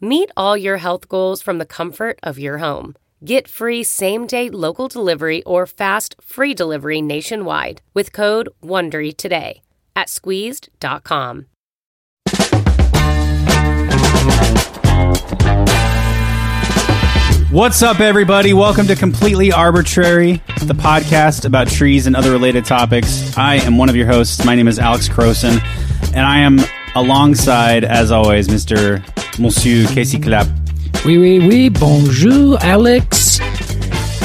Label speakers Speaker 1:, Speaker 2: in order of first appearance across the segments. Speaker 1: Meet all your health goals from the comfort of your home. Get free same day local delivery or fast free delivery nationwide with code WONDERY today at squeezed.com.
Speaker 2: What's up, everybody? Welcome to Completely Arbitrary, the podcast about trees and other related topics. I am one of your hosts. My name is Alex Croson, and I am alongside, as always, Mr. Monsieur Casey Clapp.
Speaker 3: Oui, oui, oui. Bonjour, Alex.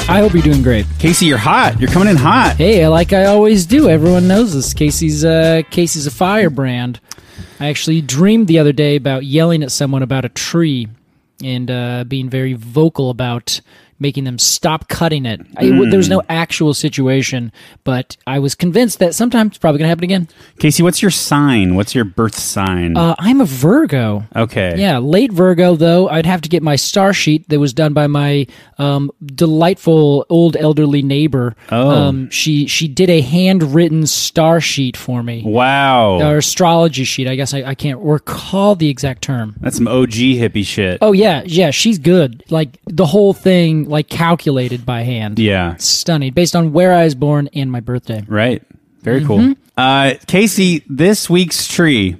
Speaker 3: I hope you're doing great.
Speaker 2: Casey, you're hot. You're coming in hot.
Speaker 3: Hey, like I always do, everyone knows this. Casey's uh, Casey's a firebrand. I actually dreamed the other day about yelling at someone about a tree and uh, being very vocal about making them stop cutting it. I, There was no actual situation, but I was convinced that sometimes it's probably going to happen again.
Speaker 2: Casey, what's your sign? What's your birth sign?
Speaker 3: Uh, I'm a Virgo.
Speaker 2: okay.
Speaker 3: Yeah, late Virgo though, I'd have to get my star sheet that was done by my um, delightful old elderly neighbor.
Speaker 2: Oh.
Speaker 3: um, she she did a handwritten star sheet for me,
Speaker 2: Wow.
Speaker 3: or astrology sheet. I guess I, I can't recall the exact term.
Speaker 2: That's some OG hippie shit.
Speaker 3: Oh yeah, yeah, she's good. Like the whole thing, like calculated by hand.
Speaker 2: Yeah.
Speaker 3: stunning, based on where I was born and my birthday.
Speaker 2: Right. Very
Speaker 3: Mm-hmm.
Speaker 2: cool. Uh, Casey, this week's tree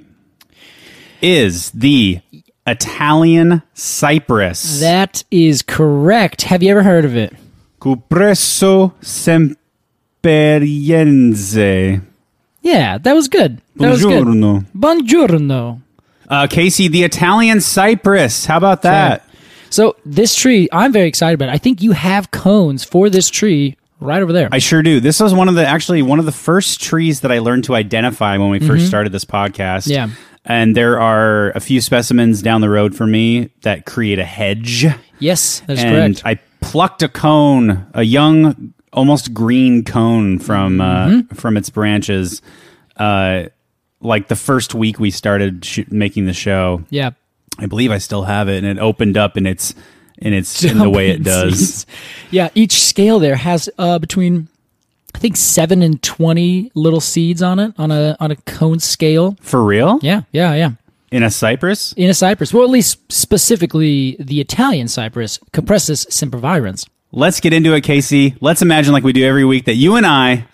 Speaker 2: is the Italian cypress.
Speaker 3: That is correct. Have you ever heard of it?
Speaker 2: Cupresso semperiense.
Speaker 3: Yeah, that was good. That was good.
Speaker 2: Buongiorno.
Speaker 3: Buongiorno.
Speaker 2: Uh, Casey, the Italian cypress. How about that?
Speaker 3: So this tree, I'm very excited about. It. I think you have cones for this tree right over there.
Speaker 2: I sure do. This was one of the actually one of the first trees that I learned to identify when we first started this podcast.
Speaker 3: Mm-hmm. Yeah.
Speaker 2: And there are a few specimens down the road for me that create a hedge.
Speaker 3: yes, that's
Speaker 2: and
Speaker 3: correct.
Speaker 2: I plucked a cone, a young, almost green cone from uh,
Speaker 3: Mm-hmm.
Speaker 2: from its branches. Uh, like the first week we started sh- making the show,
Speaker 3: yeah.
Speaker 2: I believe I still have it, and it opened up in its in its in the way it does.
Speaker 3: Yeah, each scale there has uh, between I think 7 and 20 little seeds on it on a on a cone scale.
Speaker 2: For real,
Speaker 3: Yeah, yeah, yeah.
Speaker 2: in a cypress.
Speaker 3: In a cypress, well, at least specifically the Italian cypress, Capressus sempervirens.
Speaker 2: Let's get into it, Casey. Let's imagine, like we do every week, that you and I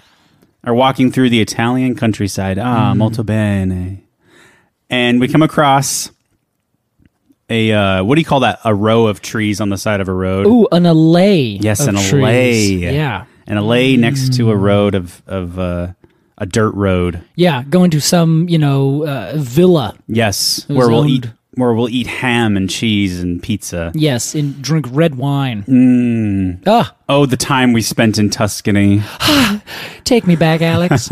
Speaker 2: are walking through the Italian countryside. Ah,
Speaker 3: Mm-hmm.
Speaker 2: molto bene. And we come across a, uh, what do you call that? A row of trees on the side of a road.
Speaker 3: Ooh, an allay.
Speaker 2: yes,
Speaker 3: of
Speaker 2: an
Speaker 3: trees.
Speaker 2: alley.
Speaker 3: Yeah,
Speaker 2: An alley next to a
Speaker 3: Mm.
Speaker 2: road of, of uh, a dirt road.
Speaker 3: yeah. Going to some, you know, uh, villa.
Speaker 2: Yes.
Speaker 3: was
Speaker 2: Where we'll
Speaker 3: owned-
Speaker 2: eat. Where we'll eat ham and cheese and pizza.
Speaker 3: Yes, and drink red wine. Ah,
Speaker 2: Oh, the time we spent in Tuscany.
Speaker 3: Take me back, Alex.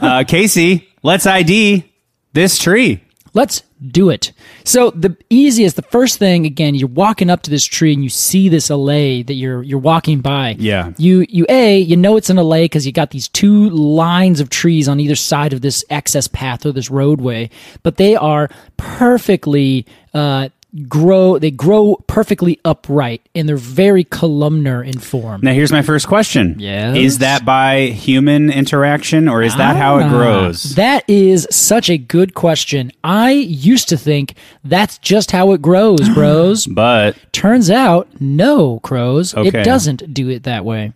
Speaker 2: Uh, Casey, let's ID this tree.
Speaker 3: Let's do it. So the easiest, the first thing, again, you're walking up to this tree and you see this allay that you're you're walking by.
Speaker 2: Yeah.
Speaker 3: You you a you know it's an allay because you got these two lines of trees on either side of this access path or this roadway, but they are perfectly. Uh, grow they grow perfectly upright and they're very columnar in form
Speaker 2: Now, here's my first question.
Speaker 3: Yes?
Speaker 2: Is that by human interaction or is that how it
Speaker 3: Ah,
Speaker 2: grows?
Speaker 3: That is such a good question. I used to think that's just how it grows, bros.
Speaker 2: But
Speaker 3: Turns out, no, crows.
Speaker 2: Okay.
Speaker 3: It doesn't do it that way.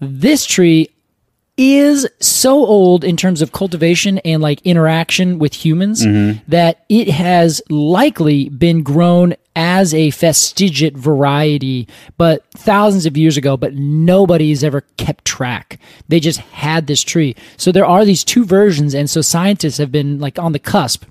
Speaker 3: This tree is so old in terms of cultivation and like interaction with humans that it has likely been grown as a fastigiate variety but thousands of years ago but nobody's ever kept track they just had this tree so there are these two versions and so scientists have been like on the cusp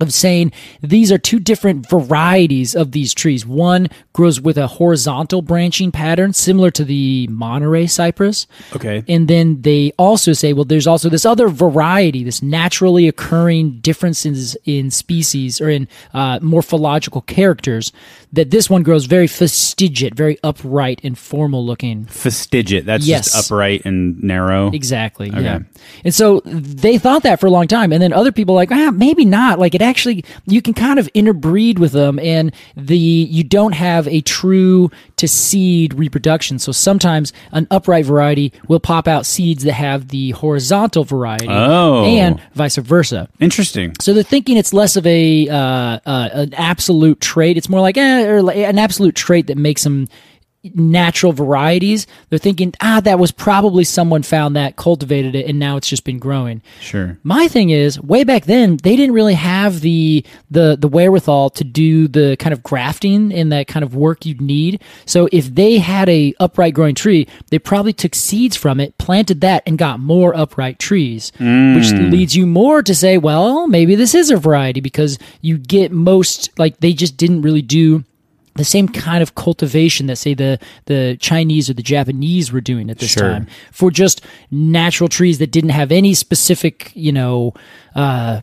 Speaker 3: of saying these are two different varieties of these trees. One grows with a horizontal branching pattern similar to the Monterey cypress.
Speaker 2: Okay.
Speaker 3: And then they also say, well, there's also this other variety, this naturally occurring differences in species or in uh, morphological characters, that this one grows very fastigiate, very upright and formal looking.
Speaker 2: Fastigiate. That's
Speaker 3: Yes.
Speaker 2: just upright and narrow.
Speaker 3: Exactly. Yeah. And so they thought that for a long time, and then other people like, ah, maybe not. Like it actually, you can kind of interbreed with them, and the you don't have a true to seed reproduction. So sometimes an upright variety will pop out seeds that have the horizontal variety,
Speaker 2: Oh.
Speaker 3: and vice versa.
Speaker 2: Interesting.
Speaker 3: So they're thinking it's less of a uh, uh, an absolute trait. It's more like eh, or like an absolute trait that makes them natural varieties. They're thinking, ah, that was probably someone found that, cultivated it, and now it's just been growing.
Speaker 2: Sure.
Speaker 3: My thing is, way back then, they didn't really have the the the wherewithal to do the kind of grafting and that kind of work you'd need. So if they had a upright growing tree, they probably took seeds from it, planted that, and got more upright trees, which leads you more to say, well, maybe this is a variety because you get most like they just didn't really do. The same kind of cultivation that say the the Chinese or the Japanese were doing at this
Speaker 2: Sure.
Speaker 3: time for just natural trees that didn't have any specific, you know, uh,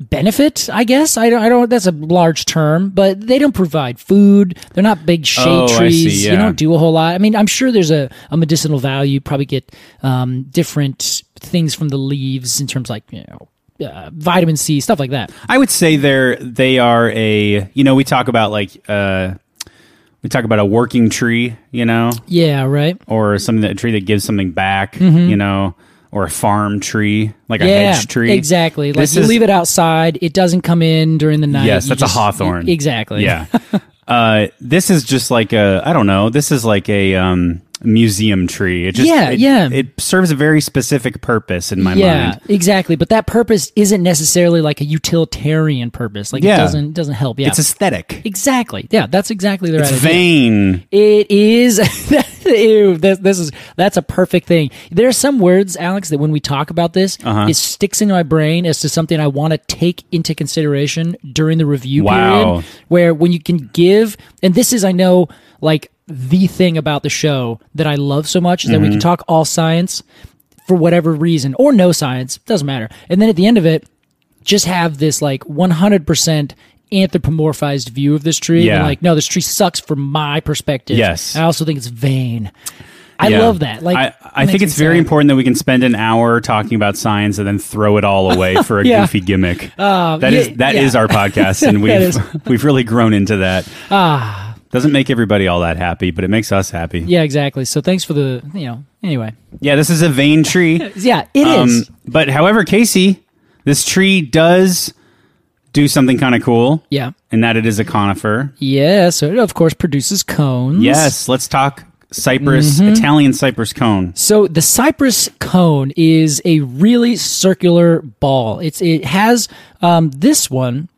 Speaker 3: benefit. I guess I don't. I don't. That's a large term, but they don't provide food. They're not big shade
Speaker 2: Oh, I see,
Speaker 3: trees.
Speaker 2: yeah.
Speaker 3: You don't do a whole lot. I mean, I'm sure there's a, a medicinal value. You probably get um, different things from the leaves in terms like you know. Uh, vitamin C, stuff like that.
Speaker 2: I would say they're they are a you know we talk about like uh we talk about a working tree you know
Speaker 3: Yeah, right.
Speaker 2: or something that a tree that gives something back you know or a farm tree like a
Speaker 3: Mm-hmm. yeah,
Speaker 2: hedge tree
Speaker 3: exactly. Like
Speaker 2: This
Speaker 3: you
Speaker 2: is-
Speaker 3: leave it outside, it doesn't come in during the night.
Speaker 2: yes
Speaker 3: You
Speaker 2: that's
Speaker 3: just-
Speaker 2: a hawthorn
Speaker 3: Exactly.
Speaker 2: yeah uh this is just like a I don't know this is like a um museum tree it just
Speaker 3: Yeah,
Speaker 2: it,
Speaker 3: yeah.
Speaker 2: it serves a very specific purpose in my
Speaker 3: yeah,
Speaker 2: mind
Speaker 3: exactly. But that purpose isn't necessarily like a utilitarian purpose. Like
Speaker 2: Yeah.
Speaker 3: it doesn't doesn't help. Yeah,
Speaker 2: it's aesthetic
Speaker 3: exactly. Yeah, that's exactly the
Speaker 2: it's
Speaker 3: right. idea.
Speaker 2: vain
Speaker 3: It is. ew, this, this is that's a perfect thing. There are some words, Alex, that when we talk about this,
Speaker 2: Uh-huh.
Speaker 3: it sticks in my brain as to something I want to take into consideration during the review
Speaker 2: Wow.
Speaker 3: period. Where when you can give, and this is, I know, like the thing about the show that I love so much is that we
Speaker 2: Mm-hmm.
Speaker 3: can talk all science for whatever reason or no science doesn't matter and then at the end of it just have this like 100% anthropomorphized view of this tree
Speaker 2: Yeah.
Speaker 3: and like no this tree sucks from my perspective
Speaker 2: Yes.
Speaker 3: i also think it's vain i
Speaker 2: Yeah.
Speaker 3: love that like
Speaker 2: I, I think it's very important that we can spend an hour talking about science and then throw it all away for a
Speaker 3: Yeah. Um,
Speaker 2: goofy gimmick. that is
Speaker 3: yeah,
Speaker 2: that
Speaker 3: yeah.
Speaker 2: is our podcast, and we've
Speaker 3: is.
Speaker 2: we've really grown into that. Ah, doesn't make everybody all that happy, but it makes us happy. Yeah,
Speaker 3: yeah exactly so thanks for the you know anyway
Speaker 2: this is a vain tree.
Speaker 3: yeah it is.
Speaker 2: Um, but however, Casey, this tree does do something kind of cool.
Speaker 3: yeah
Speaker 2: in that it is a conifer.
Speaker 3: yeah so it of course produces cones
Speaker 2: Yes, let's talk cypress,
Speaker 3: Mm-hmm.
Speaker 2: Italian cypress cone.
Speaker 3: So the cypress cone is a really circular ball. It's it has um, this one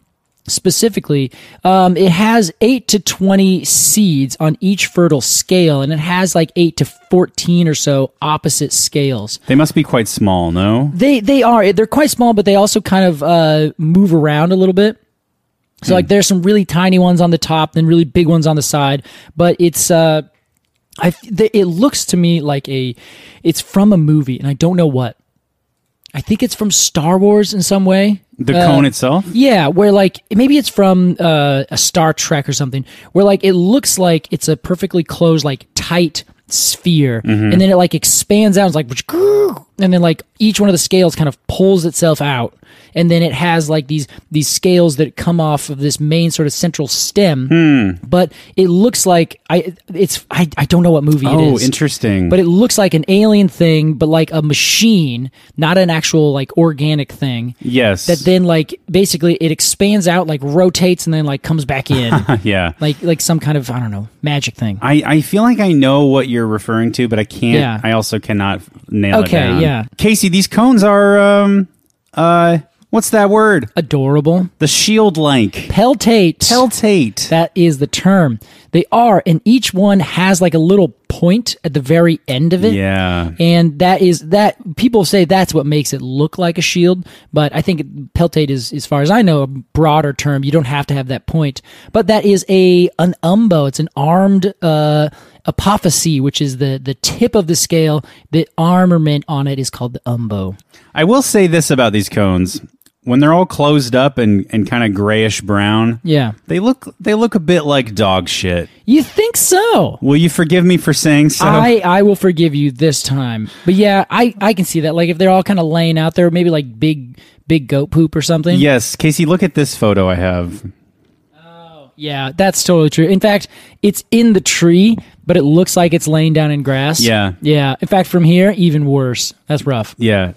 Speaker 3: specifically. Um, it has eight to twenty seeds on each fertile scale, and it has like eight to fourteen or so opposite scales.
Speaker 2: They must be quite small, no?
Speaker 3: They they are they're quite small, but they also kind of uh, move around a little bit. So like there's some really tiny ones on the top, then really big ones on the side. But it's uh, I f- th- it looks to me like a it's from a movie, and I don't know what. I think it's from Star Wars in some way.
Speaker 2: The cone itself.
Speaker 3: Uh, Yeah, where like maybe it's from uh, a Star Trek or something, where like it looks like it's a perfectly closed, like tight sphere, and then it like expands out, it's like, and then like each one of the scales kind of pulls itself out, and then it has like these these scales that come off of this main sort of central stem. But it looks like I it's I, I don't know what movie it
Speaker 2: Oh,
Speaker 3: is.
Speaker 2: interesting.
Speaker 3: But it looks like an alien thing, but like a machine, not an actual like organic thing.
Speaker 2: yes.
Speaker 3: That then like basically it expands out, like rotates, and then like comes back in,
Speaker 2: yeah.
Speaker 3: like like some kind of I don't know magic thing.
Speaker 2: I, I feel like I know what you're referring to, but I can't.
Speaker 3: Yeah.
Speaker 2: I also cannot f- nail it
Speaker 3: Okay,
Speaker 2: down.
Speaker 3: yeah.
Speaker 2: Casey, these cones are um uh what's that word?
Speaker 3: Adorable.
Speaker 2: The shield like
Speaker 3: Peltate.
Speaker 2: peltate.
Speaker 3: That is the term. They are, and each one has like a little point at the very end of it.
Speaker 2: yeah.
Speaker 3: And that is that people say that's what makes it look like a shield, but I think it- peltate is, as far as I know, a broader term. You don't have to have that point, but that is a an umbo. It's an armed uh, apophysi, which is the the tip of the scale. The armament on it is called the umbo.
Speaker 2: I will say this about these cones: when they're all closed up and and kind of grayish brown,
Speaker 3: Yeah,
Speaker 2: they look they look a bit like dog shit.
Speaker 3: you think so?
Speaker 2: Will you forgive me for saying so?
Speaker 3: I, I will forgive you this time. But yeah, I, I can see that. Like if they're all kind of laying out there, maybe like big big goat poop or something.
Speaker 2: yes, Casey. Look at this photo I have.
Speaker 3: Yeah, that's totally true. In fact, it's in the tree, but it looks like it's laying down in grass.
Speaker 2: Yeah.
Speaker 3: Yeah. In fact, from here, even worse. That's rough.
Speaker 2: Yeah,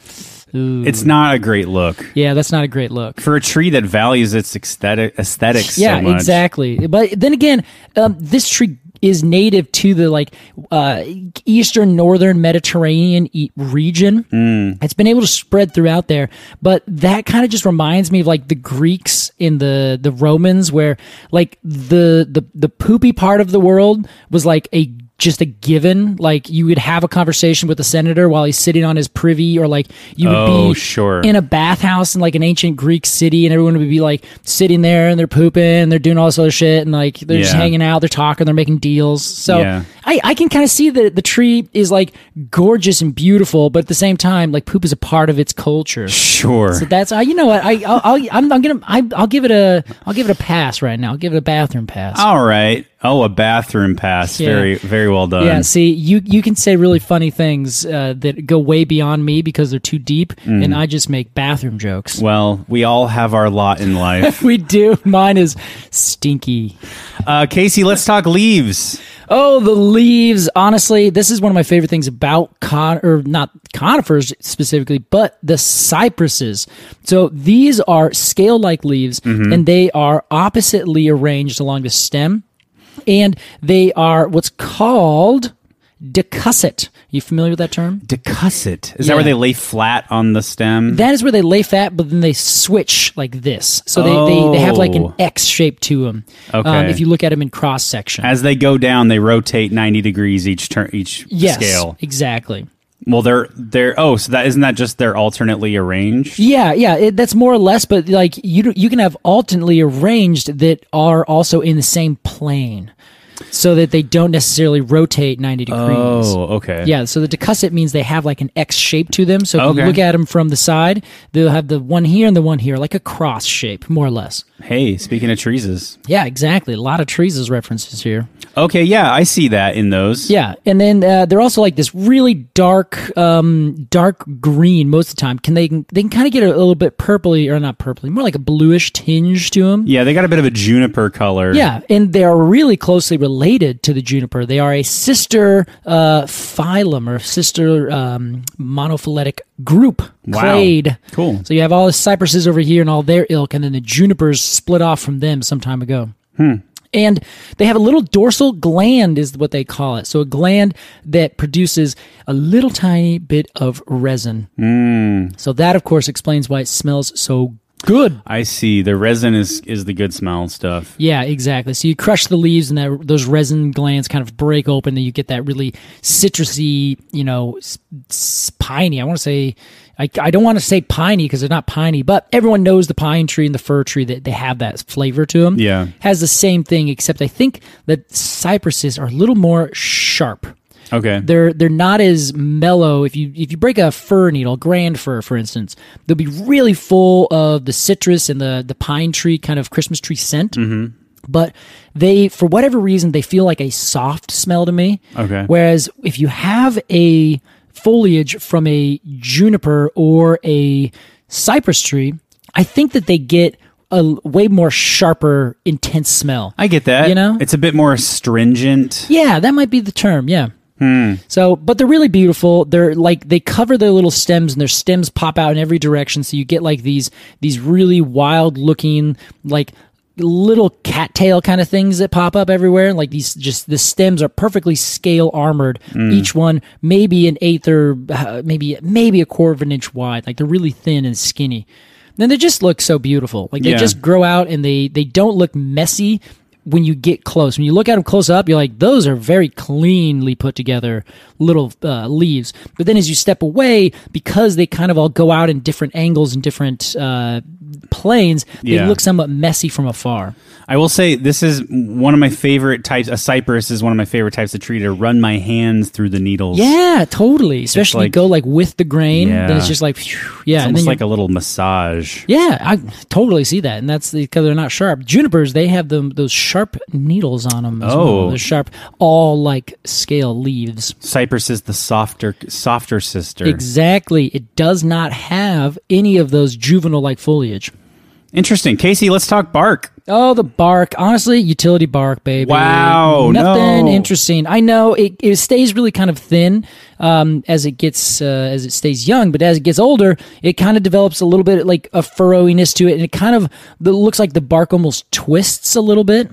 Speaker 2: it's not a great look
Speaker 3: Yeah, that's not a great look.
Speaker 2: for a tree that values its aesthetic aesthetics.
Speaker 3: yeah,
Speaker 2: so much.
Speaker 3: exactly. But then again, um, this tree is native to the like uh, eastern northern Mediterranean e- region.
Speaker 2: Hmm.
Speaker 3: It's been able to spread throughout there, but that kind of just reminds me of like the Greeks in the the Romans, where like the the the poopy part of the world was like a just a given like you would have a conversation with a senator while he's sitting on his privy or like you would
Speaker 2: Oh,
Speaker 3: be
Speaker 2: sure.
Speaker 3: in a bathhouse in like an ancient Greek city, and everyone would be like sitting there and they're pooping and they're doing all this other shit, and like they're just
Speaker 2: Yeah.
Speaker 3: hanging out, they're talking, they're making deals. So
Speaker 2: Yeah.
Speaker 3: I, I can kind of see that the tree is like gorgeous and beautiful, but at the same time, like poop is a part of its culture.
Speaker 2: Sure.
Speaker 3: So that's uh, you know what I I'll, I'll I'm, I'm gonna I, I'll give it a I'll give it a pass right now. I'll give it a bathroom pass.
Speaker 2: All right. Oh, a bathroom pass.
Speaker 3: Yeah.
Speaker 2: Very, very well done.
Speaker 3: Yeah, see, you you can say really funny things uh, that go way beyond me because they're too deep,
Speaker 2: Mm.
Speaker 3: and I just make bathroom jokes.
Speaker 2: Well, we all have our lot in life.
Speaker 3: we do. Mine is stinky.
Speaker 2: Uh, Casey, let's talk leaves.
Speaker 3: Oh, the leaves. Honestly, this is one of my favorite things about con or not conifers specifically, but the cypresses. So these are scale-like leaves
Speaker 2: Mm-hmm.
Speaker 3: and they are oppositely arranged along the stem and they are what's called decussate. You familiar with that term?
Speaker 2: Decusset. Is
Speaker 3: Yeah.
Speaker 2: that where they lay flat on the stem?
Speaker 3: That is where they lay fat, but then they switch like this. So they, they, they have like an
Speaker 2: Oh.
Speaker 3: X shape to them. Um,
Speaker 2: Okay.
Speaker 3: if you look at them in cross section.
Speaker 2: As they go down, they rotate ninety degrees each turn, each
Speaker 3: yes,
Speaker 2: scale.
Speaker 3: exactly.
Speaker 2: Well, they're they're oh, so that isn't that just they're alternately arranged?
Speaker 3: Yeah, yeah, it, that's more or less. But like you, do- you can have alternately arranged that are also in the same plane, so that they don't necessarily rotate ninety degrees.
Speaker 2: Oh, okay.
Speaker 3: Yeah, so the decussate means they have like an X shape to them. So if you
Speaker 2: Okay.
Speaker 3: look at them from the side, they'll have the one here and the one here, like a cross shape, more or less.
Speaker 2: Hey, speaking of trees,
Speaker 3: Yeah, exactly. A lot of trees as references here.
Speaker 2: okay, yeah, I see that in those.
Speaker 3: Yeah, and then uh, they're also like this really dark, um, dark green most of the time. Can they they can kind of get a, little bit purpley or not purpley, more like a bluish tinge to them.
Speaker 2: yeah, they got a bit of a juniper color.
Speaker 3: Yeah, and they are really closely related to the juniper. They are a sister uh, phylum or sister um, monophyletic group,
Speaker 2: Wow.
Speaker 3: clade.
Speaker 2: Cool.
Speaker 3: So you have all the cypresses over here and all their ilk, and then the junipers split off from them some time ago.
Speaker 2: Hmm.
Speaker 3: And they have a little dorsal gland, is what they call it. So a gland that produces a little tiny bit of resin.
Speaker 2: Hmm.
Speaker 3: So that, of course, explains why it smells so good.
Speaker 2: I see. The resin is is the good smell stuff.
Speaker 3: Yeah, exactly. So you crush the leaves, and that those resin glands kind of break open, and you get that really citrusy, you know, s- s- piney. I want to say, I, I don't want to say piney because they're not piney, but everyone knows the pine tree and the fir tree that they have that flavor to them.
Speaker 2: Yeah.
Speaker 3: has the same thing, except I think that cypresses are a little more sharp
Speaker 2: Okay.
Speaker 3: they're they're not as mellow if you if you break a fir needle grand fir for instance they'll be really full of the citrus and the the pine tree kind of christmas tree scent
Speaker 2: Mm-hmm.
Speaker 3: but they for whatever reason they feel like a soft smell to me
Speaker 2: Okay.
Speaker 3: whereas if you have a foliage from a juniper or a cypress tree I think that they get a l- way more sharper, intense smell.
Speaker 2: I get that.
Speaker 3: You know?
Speaker 2: it's a bit more astringent.
Speaker 3: Yeah, that might be the term. Yeah. So, but they're really beautiful. They're like they cover their little stems, and their stems pop out in every direction. So you get like these these really wild looking like little cattail kind of things that pop up everywhere. Like these, just the stems are perfectly scale armored. Each one maybe an eighth or uh, maybe maybe a quarter of an inch wide. Like they're really thin and skinny. Then they just look so beautiful. Like they
Speaker 2: Yeah.
Speaker 3: just grow out and they they don't look messy when you get close. When you look at them close up, you're like, those are very cleanly put together little uh, leaves. But then as you step away, because they kind of all go out in different angles and different uh, planes, they
Speaker 2: Yeah.
Speaker 3: look somewhat messy from afar.
Speaker 2: I will say this is one of my favorite types. A cypress is one of my favorite types of tree to run my hands through the needles.
Speaker 3: Yeah, totally. Especially
Speaker 2: like-
Speaker 3: go like with the grain, then
Speaker 2: Yeah.
Speaker 3: it's just like, phew, yeah.
Speaker 2: it's
Speaker 3: and then
Speaker 2: almost
Speaker 3: you're-
Speaker 2: like a little massage.
Speaker 3: yeah, I totally see that, and that's because they're not sharp. Junipers, they have them those sharp needles on them. As
Speaker 2: Oh.
Speaker 3: well. they're sharp, all like scale leaves.
Speaker 2: Cypress is the softer, softer sister.
Speaker 3: Exactly. It does not have any of those juvenile like foliage.
Speaker 2: Interesting, Casey. Let's talk bark.
Speaker 3: Oh, the bark. Honestly, utility bark, baby.
Speaker 2: Wow,
Speaker 3: Nothing
Speaker 2: no.
Speaker 3: interesting. I know it, it stays really kind of thin um, as it gets uh, as it stays young, but as it gets older, it kind of develops a little bit like a furrowiness to it, and it kind of the, looks like the bark almost twists a little bit,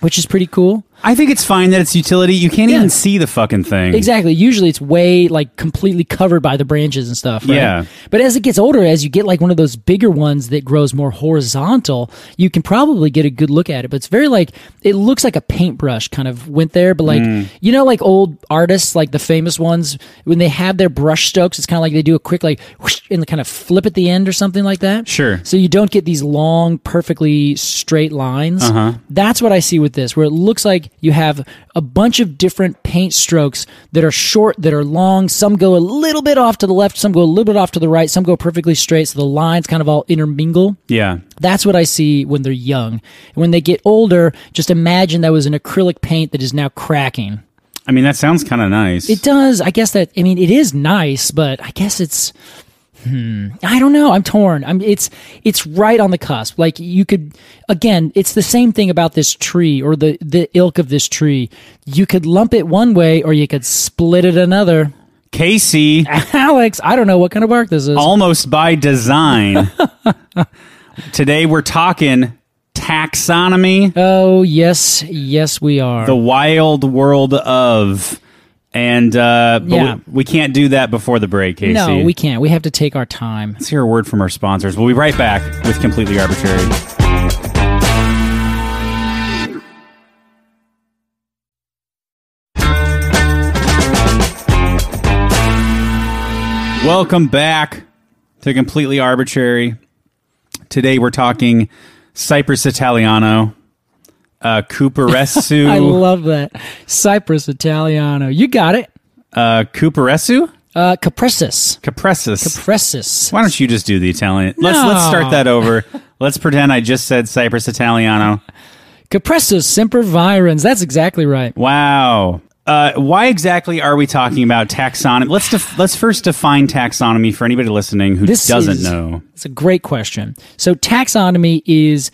Speaker 3: which is pretty cool.
Speaker 2: I think it's fine that it's utility. You can't
Speaker 3: Yeah.
Speaker 2: even see the fucking thing.
Speaker 3: Exactly. Usually it's way like completely covered by the branches and stuff. Right?
Speaker 2: Yeah.
Speaker 3: But as it gets older, as you get like one of those bigger ones that grows more horizontal, you can probably get a good look at it. But it's very like it looks like a paintbrush kind of went there. But like
Speaker 2: Mm.
Speaker 3: you know, like old artists, like the famous ones, when they have their brush strokes, it's kind of like they do a quick like whoosh, and kind of flip at the end or something like that.
Speaker 2: Sure.
Speaker 3: So you don't get these long, perfectly straight lines. That's what I see with this, where it looks like you have a bunch of different paint strokes that are short, that are long. Some go a little bit off to the left, some go a little bit off to the right, some go perfectly straight. So the lines kind of all intermingle.
Speaker 2: Yeah.
Speaker 3: That's what I see when they're young. And when they get older, just imagine that was an acrylic paint that is now cracking.
Speaker 2: I mean, that sounds kind of nice.
Speaker 3: It does. I guess that. I mean, it is nice, but I guess it's. Hmm. I don't know. I'm torn. I'm. It's. It's right on the cusp. Like you could. Again, it's the same thing about this tree or the the ilk of this tree. You could lump it one way, or you could split it another.
Speaker 2: Casey,
Speaker 3: Alex, I don't know what kind of bark this is.
Speaker 2: almost by design. Today we're talking taxonomy,
Speaker 3: oh yes, yes we are.
Speaker 2: the wild world of, and uh, but
Speaker 3: Yeah.
Speaker 2: we, we can't do that before the break, Casey.
Speaker 3: no, we can't. We have to take our time.
Speaker 2: Let's hear a word from our sponsors. We'll be right back with Completely Arbitrary. Welcome back to Completely Arbitrary. Today we're talking Cypress Italiano, uh, Cooperessu.
Speaker 3: I love that Cypress Italiano. You got it.
Speaker 2: uh, Cooperessu?
Speaker 3: Uh, Capressus.
Speaker 2: Capressus.
Speaker 3: Capressus.
Speaker 2: Why don't you just do the Italian? Let's let's start
Speaker 3: No.
Speaker 2: that over. let's pretend I just said Cypress Italiano.
Speaker 3: Capressus semper virens. That's exactly right.
Speaker 2: Wow. Uh, why exactly are we talking about taxonomy? Let's def- let's first define taxonomy for anybody listening who
Speaker 3: This
Speaker 2: doesn't
Speaker 3: is-
Speaker 2: know.
Speaker 3: It's a great question. So taxonomy is,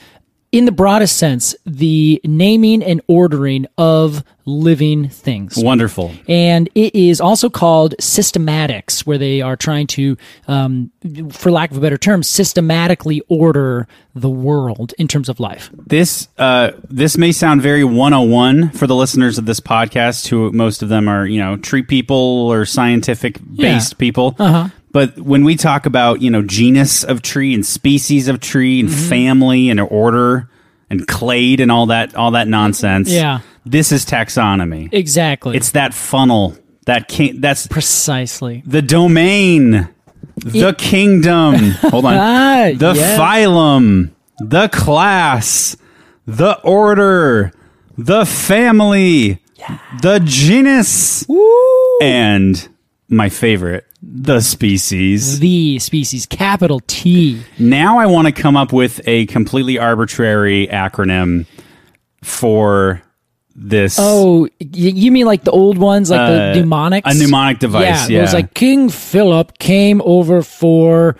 Speaker 3: in the broadest sense, the naming and ordering of living things.
Speaker 2: Wonderful.
Speaker 3: And it is also called systematics, where they are trying to, um, for lack of a better term, systematically order the world in terms of life.
Speaker 2: This uh, this may sound very 101 for the listeners of this podcast, who most of them are you know tree people or scientific based
Speaker 3: Yeah.
Speaker 2: people. Uh-huh. But when we talk about you know genus of tree and species of tree and
Speaker 3: Mm-hmm.
Speaker 2: family and order and clade and all that all that nonsense,
Speaker 3: Yeah.
Speaker 2: this is taxonomy.
Speaker 3: Exactly.
Speaker 2: It's that funnel that can that's
Speaker 3: precisely.
Speaker 2: the domain, the kingdom. Hold on.
Speaker 3: Ah,
Speaker 2: the
Speaker 3: yes.
Speaker 2: phylum, the class, the order, the family, the genus, and my favorite, the species.
Speaker 3: The species, capital T.
Speaker 2: Now I want to come up with a completely arbitrary acronym for this.
Speaker 3: Oh, y- you mean like the old ones, like
Speaker 2: Uh,
Speaker 3: the mnemonics?
Speaker 2: a mnemonic device,
Speaker 3: It was
Speaker 2: yeah.
Speaker 3: like King Philip came over for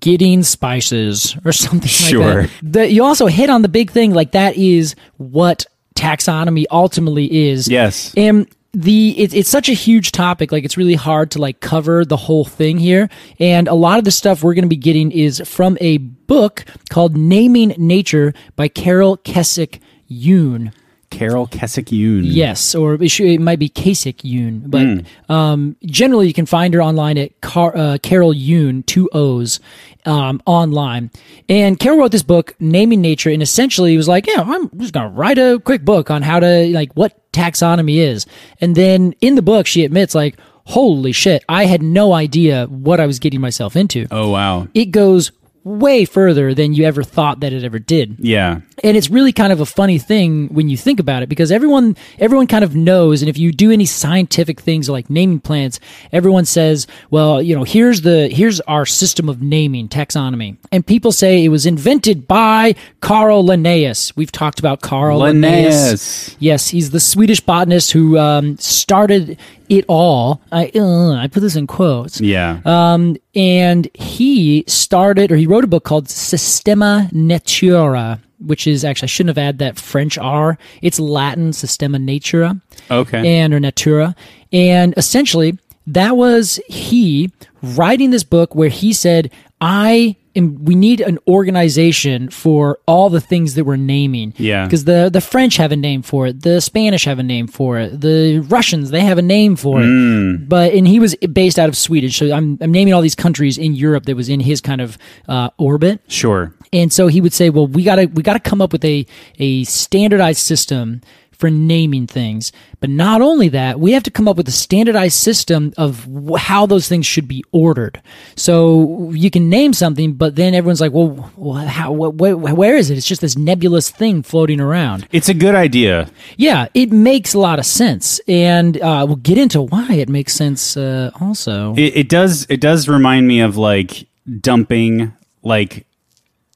Speaker 3: getting spices or something
Speaker 2: Sure.
Speaker 3: like that. that. You also hit on the big thing, like that is what taxonomy ultimately is.
Speaker 2: Yes.
Speaker 3: And the it's it's such a huge topic, like it's really hard to like cover the whole thing here. And a lot of the stuff we're going to be getting is from a book called Naming Nature by Carol Kessick Yoon.
Speaker 2: Carol Keswick Yoon.
Speaker 3: Yes, or it, should, it might be Kasich Yoon, but um, generally you can find her online at Car- uh, Carol Yoon, two O's, um, online. And Carol wrote this book, Naming Nature, and essentially was like, yeah, I'm just gonna write a quick book on how to like what taxonomy is. And then in the book, she admits like, holy shit, I had no idea what I was getting myself into.
Speaker 2: Oh wow.
Speaker 3: It goes way further than you ever thought that it ever did
Speaker 2: Yeah.
Speaker 3: and it's really kind of a funny thing when you think about it because everyone everyone kind of knows and if you do any scientific things like naming plants everyone says well you know here's the here's our system of naming taxonomy and people say it was invented by Carl Linnaeus we've talked about Carl Linnaeus,
Speaker 2: Linnaeus.
Speaker 3: yes he's the Swedish botanist who um, started it all I uh, I put this in quotes
Speaker 2: Yeah.
Speaker 3: Uh, and he started or he wrote a book called Systema Natura which is actually I shouldn't have added that French R it's Latin Systema Natura
Speaker 2: okay.
Speaker 3: and or Natura and essentially that was he writing this book where he said I am we need an organization for all the things that we're naming
Speaker 2: Yeah.
Speaker 3: because the the French have a name for it the Spanish have a name for it the Russians they have a name for it
Speaker 2: Mm.
Speaker 3: but and he was based out of Swedish, so I'm, I'm naming all these countries in Europe that was in his kind of uh, orbit,
Speaker 2: sure.
Speaker 3: and so he would say, well, we gotta we gotta come up with a a standardized system for naming things, but not only that, we have to come up with a standardized system of wh- how those things should be ordered. So you can name something, but then everyone's like, well, wh- how, wh- wh- where is it? It's just this nebulous thing floating around.
Speaker 2: It's a good idea.
Speaker 3: Yeah, it makes a lot of sense, and uh, we'll get into why it makes sense uh, also.
Speaker 2: It, it does. It does remind me of like dumping like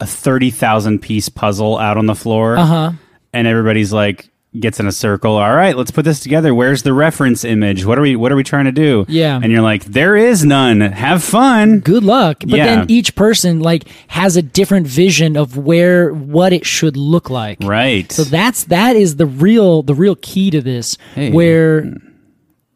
Speaker 2: a thirty thousand piece puzzle out on the floor, uh-huh. and everybody's like gets in a circle. All right, let's put this together. Where's the reference image? What are we? What are we trying to do?
Speaker 3: Yeah.
Speaker 2: And you're like, there is none. Have fun.
Speaker 3: Good luck, but
Speaker 2: Yeah.
Speaker 3: then each person like has a different vision of where what it should look like.
Speaker 2: Right.
Speaker 3: So that's that is the real the real key to this.
Speaker 2: Hey.
Speaker 3: Where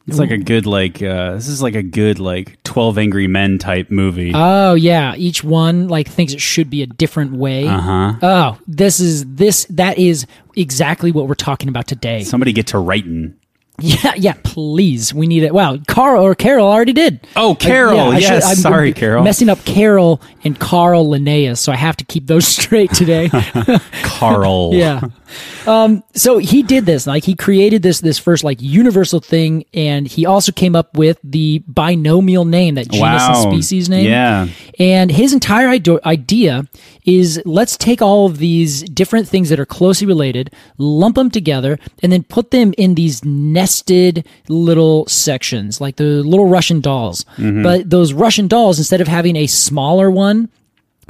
Speaker 2: it's like a good like. Uh, this is like a good like Twelve Angry Men type movie.
Speaker 3: oh yeah, each one like thinks it should be a different way. Uh-huh. Oh, this is this that is exactly what we're talking about today.
Speaker 2: Somebody get to writing.
Speaker 3: Yeah, yeah, please. We need it. Wow, Carl or Carol already did.
Speaker 2: Oh, Carol,
Speaker 3: I
Speaker 2: yes,
Speaker 3: I'm
Speaker 2: sorry, Carol.
Speaker 3: Messing up Carol and Carl Linnaeus, so I have to keep those straight today.
Speaker 2: Carl.
Speaker 3: yeah. Um, so he did this, like he created this this first like universal thing, and he also came up with the binomial name, that genus
Speaker 2: Wow.
Speaker 3: and species name.
Speaker 2: Yeah.
Speaker 3: And his entire ido- idea is let's take all of these different things that are closely related, lump them together, and then put them in these nested little sections, like the little Russian dolls.
Speaker 2: Mm-hmm.
Speaker 3: But those Russian dolls, instead of having a smaller one,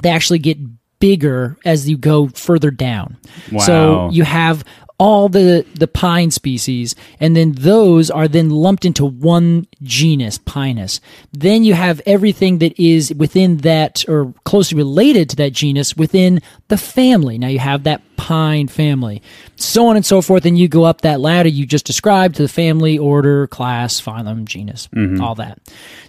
Speaker 3: they actually get bigger as you go further down.
Speaker 2: Wow.
Speaker 3: So you have all the the pine species and then those are then lumped into one genus pinus then you have everything that is within that or closely related to that genus within the family now you have that pine family so on and so forth and you go up that ladder you just described to the family order class phylum genus all that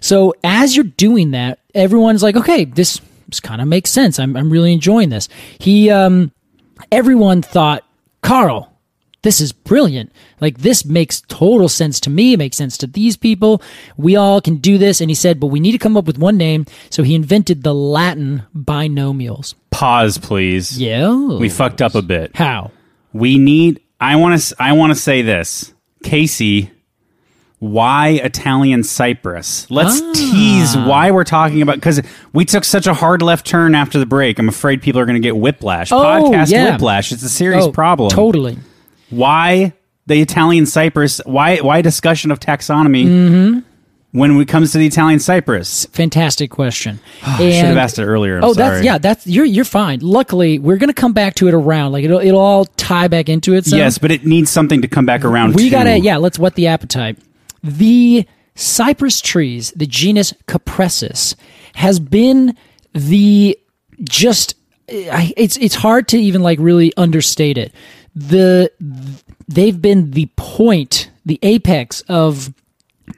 Speaker 3: so as you're doing that everyone's like okay this, this kind of makes sense I'm, I'm really enjoying this he um everyone thought, Carl, this is brilliant. Like, this makes total sense to me. It makes sense to these people. We all can do this. And he said, but we need to come up with one name. So he invented the Latin binomials.
Speaker 2: Pause, please.
Speaker 3: Yeah.
Speaker 2: We fucked up a bit.
Speaker 3: How?
Speaker 2: We need. I want to. I want to say this, Casey. Why Italian Cyprus? Let's
Speaker 3: Ah.
Speaker 2: tease why we're talking about because we took such a hard left turn after the break. I'm afraid people are going to get whiplash. Podcast
Speaker 3: Oh, yeah.
Speaker 2: whiplash. It's a serious
Speaker 3: Oh,
Speaker 2: problem.
Speaker 3: Totally.
Speaker 2: Why the Italian Cyprus? Why why discussion of taxonomy
Speaker 3: Mm-hmm.
Speaker 2: when it comes to the Italian Cyprus?
Speaker 3: Fantastic question.
Speaker 2: I should have
Speaker 3: And-
Speaker 2: asked it earlier. I'm
Speaker 3: oh,
Speaker 2: sorry.
Speaker 3: that's yeah. That's you're you're fine. Luckily, we're gonna come back to it around. Like it'll it'll all tie back into it. some.
Speaker 2: yes, but it needs something to come back around.
Speaker 3: um, We
Speaker 2: to.
Speaker 3: gotta yeah. Let's whet the appetite. The cypress trees, the genus Capressus, has been the just I, it's it's hard to even like really understate it. The they've been the point, the apex of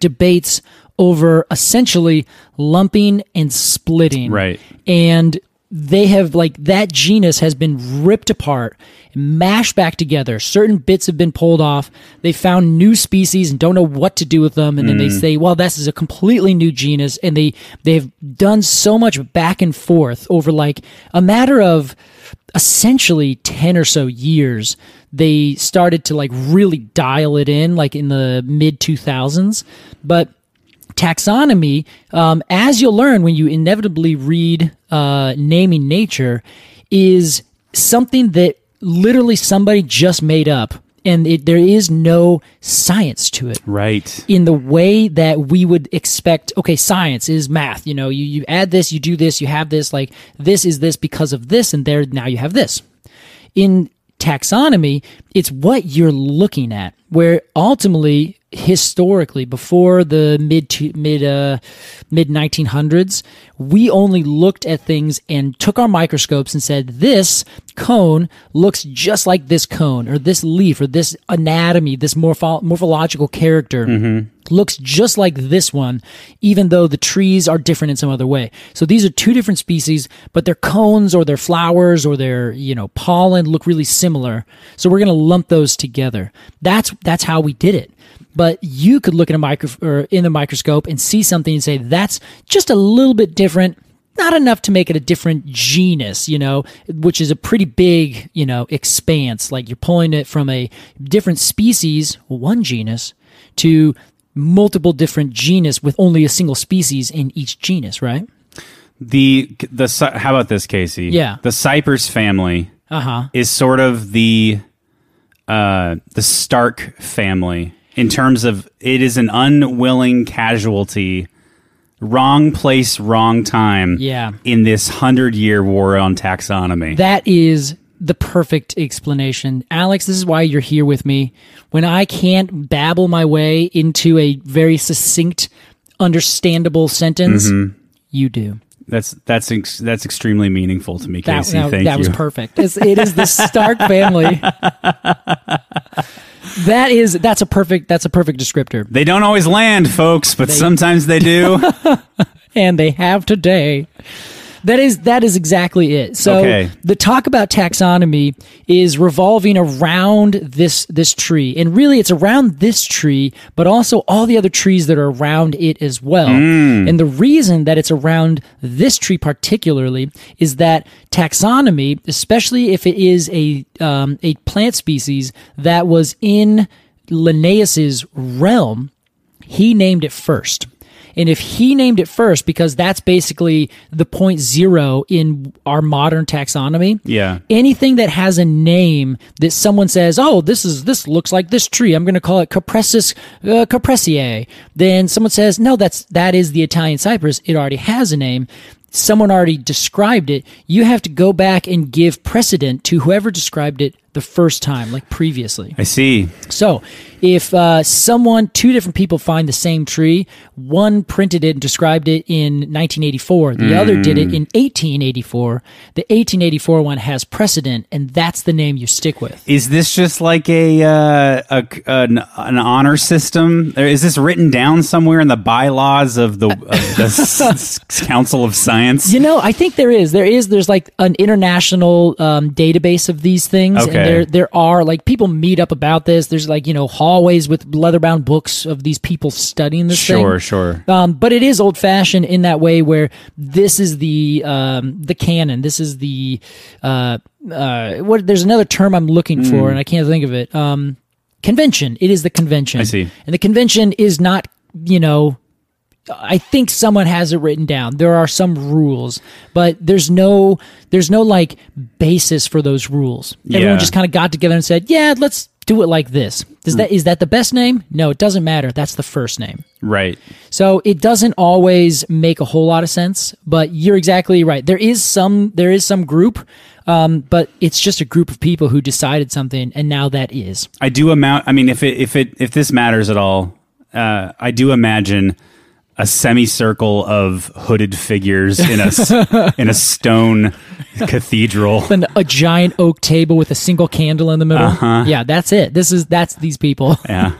Speaker 3: debates over essentially lumping and splitting.
Speaker 2: Right.
Speaker 3: And they have like that genus has been ripped apart, mashed back together. Certain bits have been pulled off. They found new species and don't know what to do with them. And then they say, well, this is a completely new genus. And they, they've done so much back and forth over like a matter of essentially 10 or so years they started to like really dial it in like in the mid 2000s but taxonomy um, as you'll learn when you inevitably read uh, naming nature is something that literally somebody just made up and it, there is no science to it
Speaker 2: Right.
Speaker 3: in the way that we would expect okay science is math you know you, you add this you do this you have this like this is this because of this and there now you have this in taxonomy it's what you're looking at where ultimately historically before the mid to, mid uh, mid 1900s we only looked at things and took our microscopes and said this cone looks just like this cone or this leaf or this anatomy this morpho- morphological character looks just like this one, even though the trees are different in some other way. So these are two different species, but their cones or their flowers or their, you know, pollen look really similar. So we're going to lump those together. That's, that's how we did it. But you could look in a micro or in the microscope and see something and say, that's just a little bit different. Not enough to make it a different genus, you know, which is a pretty big, you know, expanse. Like you're pulling it from a different species, one genus, to multiple different genus with only a single species in each genus, right?
Speaker 2: The the Cy- how about this, Casey?
Speaker 3: Yeah.
Speaker 2: The Cypress family
Speaker 3: Uh huh.
Speaker 2: is sort of the uh the Stark family in terms of it is an unwilling casualty, wrong place, wrong time.
Speaker 3: Yeah.
Speaker 2: In this hundred year war on taxonomy.
Speaker 3: That is the perfect explanation. Alex, this is why you're here with me. When I can't babble my way into a very succinct, understandable sentence,
Speaker 2: Mm-hmm.
Speaker 3: you do.
Speaker 2: that's that's ex- that's extremely meaningful to me,
Speaker 3: That,
Speaker 2: Casey.
Speaker 3: that-
Speaker 2: Thank
Speaker 3: that
Speaker 2: you.
Speaker 3: was perfect. It's, it is the Stark family. that is that's a perfect that's a perfect descriptor.
Speaker 2: they don't always land, folks, but sometimes they do.
Speaker 3: and they have today. That is that is exactly it. So
Speaker 2: Okay.
Speaker 3: the talk about taxonomy is revolving around this this tree, and really it's around this tree, but also all the other trees that are around it as well. And the reason that it's around this tree particularly is that taxonomy, especially if it is a um, a plant species that was in Linnaeus's realm, he named it first. And if he named it first, because that's basically the point zero in our modern taxonomy.
Speaker 2: Yeah.
Speaker 3: Anything that has a name that someone says, "Oh, this is this looks like this tree. I'm going to call it Capressus uh, capressae." Then someone says, "No, that's that is the Italian cypress. It already has a name." Someone already described it. You have to go back and give precedent to whoever described it the first time, like previously.
Speaker 2: I see.
Speaker 3: So, if uh, someone, two different people find the same tree, one printed it and described it in 1984, the other did it
Speaker 2: Mm.
Speaker 3: in 1884, the 1884 one has precedent, and that's the name you stick with.
Speaker 2: Is this just like a, uh, a an, an honor system? Or Is this written down somewhere in the bylaws of the, of the s- s- Council of Science?
Speaker 3: You know, I think there is. There is. There's like an international um, database of these things,
Speaker 2: Okay.
Speaker 3: and there there are like people meet up about this. There's like you know hallways with leather-bound books of these people studying this thing.
Speaker 2: Sure, sure.
Speaker 3: Um, but it is old fashioned in that way where this is the um, the canon. This is the uh, uh, what? There's another term I'm looking
Speaker 2: Hmm.
Speaker 3: for, and I can't think of it. Um, convention. It is the convention. I
Speaker 2: see.
Speaker 3: And the convention is not, you know. I think someone has it written down. There are some rules, but there's no there's no like basis for those rules.
Speaker 2: Yeah.
Speaker 3: Everyone just kind of got together and said, "Yeah, let's do it like this." Does
Speaker 2: Hmm.
Speaker 3: that is that the best name? No, it doesn't matter. That's the first name.
Speaker 2: Right.
Speaker 3: So it doesn't always make a whole lot of sense, but you're exactly right. There is some there is some group, um, but it's just a group of people who decided something, and now that is.
Speaker 2: I do amount. I mean, if it if it if this matters at all, uh, I do imagine a semicircle of hooded figures in a s- in a stone cathedral.
Speaker 3: Then a giant oak table with a single candle in the middle. Yeah, that's it. This is that's these people.
Speaker 2: Yeah.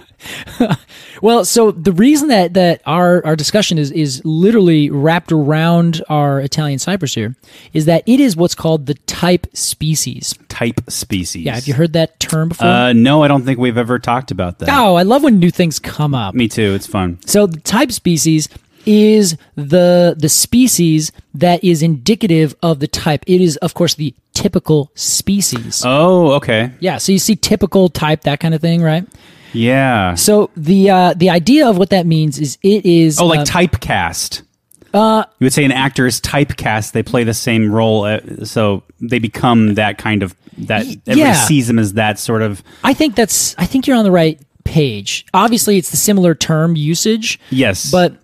Speaker 3: Well, so the reason that that our our discussion is is literally wrapped around our Italian cypress here is that it is what's called the type species.
Speaker 2: Type species.
Speaker 3: Yeah, have you heard that term before?
Speaker 2: Uh, no, I don't think we've ever talked about that.
Speaker 3: oh, I love when new things come up.
Speaker 2: Me too. It's fun.
Speaker 3: So the type species is the the species that is indicative of the type. It is of course the typical species.
Speaker 2: Oh, okay.
Speaker 3: yeah, so you see typical type that kind of thing, right?
Speaker 2: Yeah.
Speaker 3: So the uh, the idea of what that means is it is
Speaker 2: Oh, like
Speaker 3: uh,
Speaker 2: typecast. Uh, you would say an actor is typecast. They play the same role, uh, so they become that kind of that.
Speaker 3: Y-
Speaker 2: Everybody
Speaker 3: yeah.
Speaker 2: sees them as that sort of.
Speaker 3: I think that's I think you're on the right page. Obviously, it's the similar term usage.
Speaker 2: Yes.
Speaker 3: but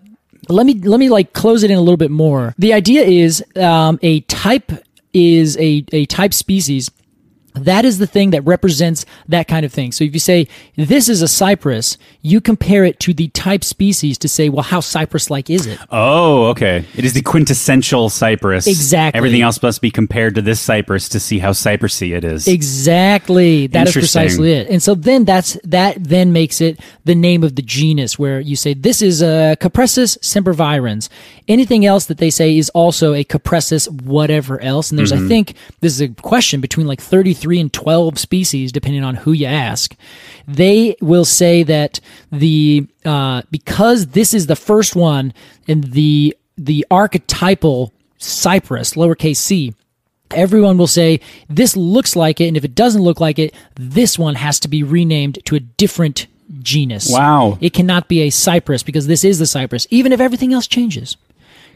Speaker 3: let me let me like close it in a little bit more. The idea is um, a type is a a type species. That is the thing that represents that kind of thing. So if you say this is a cypress, you compare it to the type species to say, well, how cypress-like is it?
Speaker 2: Oh, okay. It is the quintessential cypress.
Speaker 3: Exactly.
Speaker 2: Everything else must be compared to this cypress to see how cypressy it is.
Speaker 3: Exactly. That is
Speaker 2: Interesting.
Speaker 3: precisely it. And so then that's that then makes it the name of the genus where you say this is a Capressus sempervirens. Anything else that they say is also a Capressus whatever else. And there's I think this is a question between like 33 and 12 species depending on who you ask. They will say that the uh, because this is the first one and the the archetypal cypress lowercase c everyone will say this looks like it and if it doesn't look like it this one has to be renamed to a different genus
Speaker 2: Wow.
Speaker 3: it cannot be a cypress because this is the cypress even if everything else changes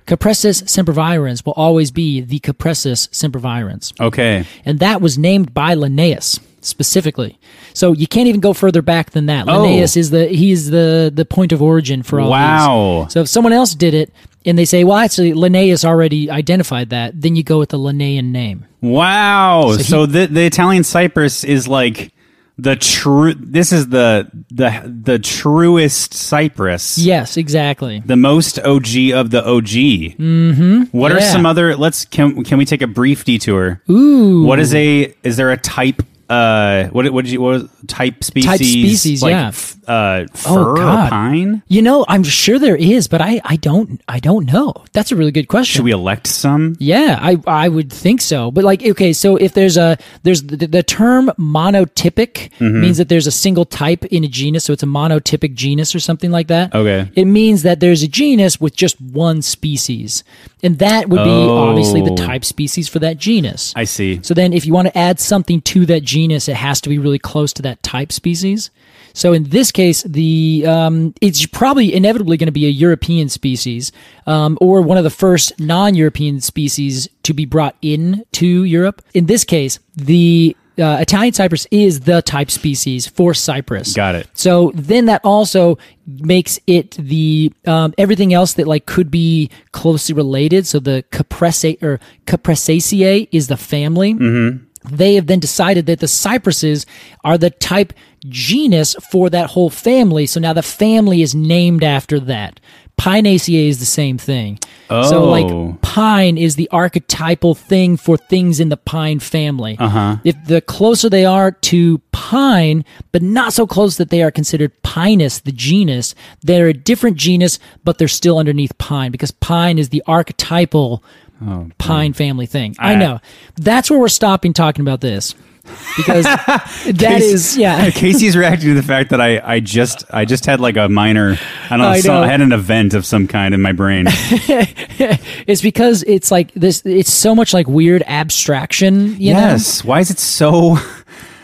Speaker 3: Capressus sempervirens will always be the Capressus sempervirens
Speaker 2: okay.
Speaker 3: and that was named by Linnaeus specifically so you can't even go further back than that
Speaker 2: Oh.
Speaker 3: Linnaeus is the he is the the point of origin for all these.
Speaker 2: Wow.
Speaker 3: so if someone else did it and they say well actually Linnaeus already identified that then you go with the Linnaean name
Speaker 2: Wow. So, the the Italian cypress is like the true. This is the the the truest cypress.
Speaker 3: Yes, exactly.
Speaker 2: The most OG of the OG. Mm-hmm. What are
Speaker 3: Yeah.
Speaker 2: some other? Let's can can we take a brief detour? Ooh. What is a? Is there a type? Uh, what what did you what was type species?
Speaker 3: species,
Speaker 2: like
Speaker 3: yeah.
Speaker 2: f- uh,
Speaker 3: Oh,
Speaker 2: fir or
Speaker 3: God.
Speaker 2: pine?
Speaker 3: You know, I'm sure there is, but I, I don't I don't know. That's a really good question.
Speaker 2: Should we elect some?
Speaker 3: yeah, I I would think so. But like okay, so if there's a there's the, the term monotypic
Speaker 2: Mm-hmm.
Speaker 3: means that there's a single type in a genus, so it's a monotypic genus or something like that.
Speaker 2: Okay.
Speaker 3: It means that there's a genus with just one species. And that would be obviously the
Speaker 2: Oh.
Speaker 3: type species for that genus.
Speaker 2: I see.
Speaker 3: So then, if you want to add something to that genus, it has to be really close to that type species. So in this case, the um, it's probably inevitably going to be a European species um, or one of the first non-European species to be brought in to Europe. In this case, the uh, Italian cypress is the type species for cypress.
Speaker 2: Got it.
Speaker 3: So then that also makes it the um, everything else that like could be closely related. So the Caprese or Capressaceae is the family.
Speaker 2: Mm-hmm.
Speaker 3: They have then decided that the cypresses are the type genus for that whole family. So now the family is named after that. Pinaceae is the same thing. So
Speaker 2: Oh.
Speaker 3: like pine is the archetypal thing for things in the pine family. Uh-huh. If the closer they are to pine, but not so close that they are considered pinus, the genus, they're a different genus, but they're still underneath pine because pine is the archetypal pine family thing. I, know. That's where we're stopping talking about this because that
Speaker 2: Casey-
Speaker 3: is yeah.
Speaker 2: Casey's reacting to the fact that I, I just I just had like a minor I don't know,
Speaker 3: I
Speaker 2: some-
Speaker 3: know.
Speaker 2: I had an event of some kind in my brain.
Speaker 3: It's because it's like this. It's so much like weird abstraction. You know?
Speaker 2: yes. Why is it so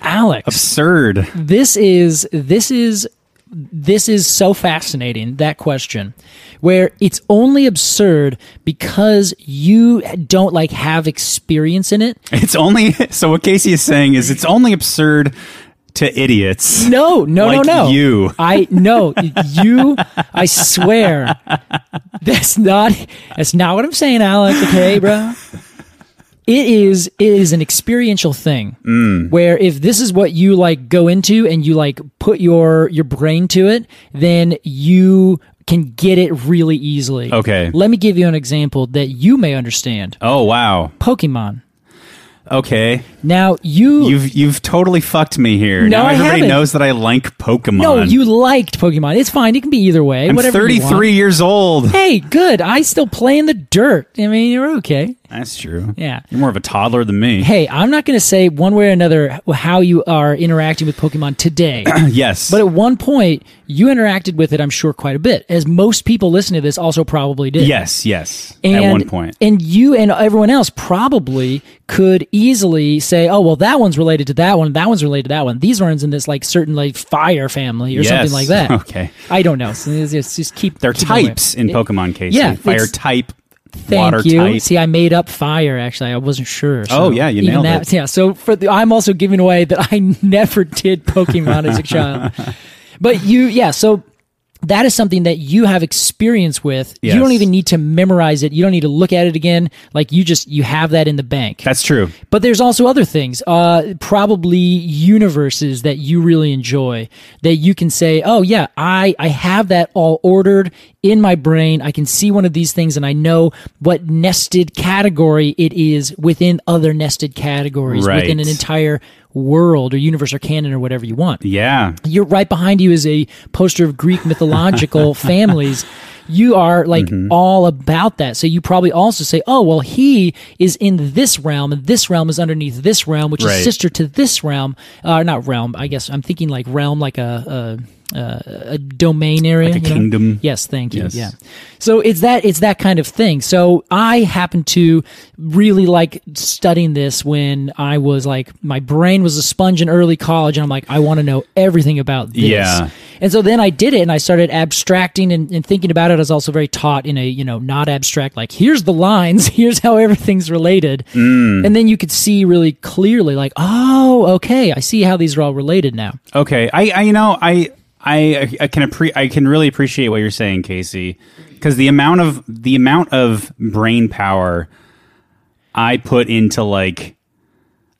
Speaker 3: Alex.
Speaker 2: absurd?
Speaker 3: this is this is this is so fascinating that question where it's only absurd because you don't like have experience in it
Speaker 2: It's only so what Casey is saying is it's only absurd to idiots.
Speaker 3: no no
Speaker 2: Like
Speaker 3: no no
Speaker 2: you.
Speaker 3: i no you i swear that's not that's not what i'm saying alex okay bro it is it is an experiential thing
Speaker 2: Mm.
Speaker 3: where if this is what you like go into and you like put your your brain to it then you can get it really easily.
Speaker 2: Okay.
Speaker 3: Let me give you an example that you may understand.
Speaker 2: Oh wow.
Speaker 3: Pokemon.
Speaker 2: Okay.
Speaker 3: Now you
Speaker 2: You've you've totally fucked me here.
Speaker 3: No,
Speaker 2: now
Speaker 3: I
Speaker 2: everybody
Speaker 3: haven't.
Speaker 2: knows that I like Pokemon.
Speaker 3: No, you liked Pokemon. It's fine. It can be either way.
Speaker 2: I'm
Speaker 3: whatever you want.
Speaker 2: 33 years old.
Speaker 3: Hey, good. I still play in the dirt. I mean, you're okay.
Speaker 2: That's true.
Speaker 3: Yeah.
Speaker 2: You're more of a toddler than me.
Speaker 3: Hey, I'm not going to say one way or another how you are interacting with Pokemon today.
Speaker 2: yes.
Speaker 3: But at one point, you interacted with it, I'm sure, quite a bit, as most people listening to this also probably did.
Speaker 2: yes, yes.
Speaker 3: And,
Speaker 2: At one point.
Speaker 3: And you and everyone else probably could easily say, oh, well, that one's related to that one, that one's related to that one. These ones in this, like, certain, like, fire family or something
Speaker 2: Yes.
Speaker 3: like that.
Speaker 2: Okay.
Speaker 3: I don't know. So it's just, just keep.
Speaker 2: They're
Speaker 3: keep going away.
Speaker 2: types in
Speaker 3: It-
Speaker 2: Pokemon case.
Speaker 3: yeah,
Speaker 2: Fire
Speaker 3: it's-
Speaker 2: type,
Speaker 3: Thank
Speaker 2: water
Speaker 3: you.
Speaker 2: type.
Speaker 3: See, I made up fire. Actually, I wasn't sure.
Speaker 2: Oh, yeah, you
Speaker 3: even
Speaker 2: nailed
Speaker 3: that,
Speaker 2: it.
Speaker 3: Yeah. So for the, I'm also giving away that I never did Pokemon as a child, but you, yeah. So that is something that you have experience with. You don't
Speaker 2: Yes.
Speaker 3: even need to memorize it. You don't need to look at it again. Like you just you have that in the bank.
Speaker 2: That's true.
Speaker 3: But there's also other things, uh, probably universes that you really enjoy that you can say, oh yeah, I, I have that all ordered in my brain. I can see one of these things and I know what nested category it is within other nested categories
Speaker 2: Right.
Speaker 3: within an entire world or universe or canon or whatever you want.
Speaker 2: Yeah.
Speaker 3: You're right behind you is a poster of Greek mythological families. You are like
Speaker 2: Mm-hmm.
Speaker 3: all about that. So you probably also say, oh, well, he is in this realm and this realm is underneath this realm, which
Speaker 2: Right.
Speaker 3: is sister to this realm. Uh, not realm, I guess. I'm thinking like realm, like a, a, a, a domain area.
Speaker 2: Like a
Speaker 3: you know?
Speaker 2: kingdom.
Speaker 3: Yes, thank you.
Speaker 2: Yes.
Speaker 3: Yeah. So it's that it's that kind of thing. So I happen to really like studying this when I was like my brain was a sponge in early college and I'm like I want to know everything about this.
Speaker 2: Yeah.
Speaker 3: And so then I did it and I started abstracting and, and thinking about it. I was also very taught in a, you know, not abstract, like here's the lines, here's how everything's related.
Speaker 2: Mm.
Speaker 3: And then you could see really clearly like, oh, okay, I see how these are all related now.
Speaker 2: Okay, I, I you know I I I can appre- I can really appreciate what you're saying, Casey, because the amount of the amount of brain power I put into like,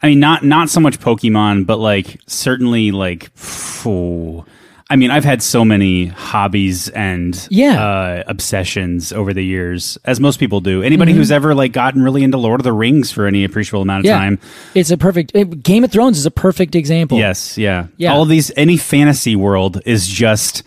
Speaker 2: I mean not not so much Pokemon, but like certainly like, phew. I mean I've had so many hobbies and
Speaker 3: Yeah.
Speaker 2: uh, obsessions over the years, as most people do. Anybody who's ever like gotten really into Lord of the Rings for any appreciable amount of time,
Speaker 3: It's a perfect it- Game of Thrones is a perfect example.
Speaker 2: Yes, yeah.
Speaker 3: Yeah.
Speaker 2: All of these any fantasy world is just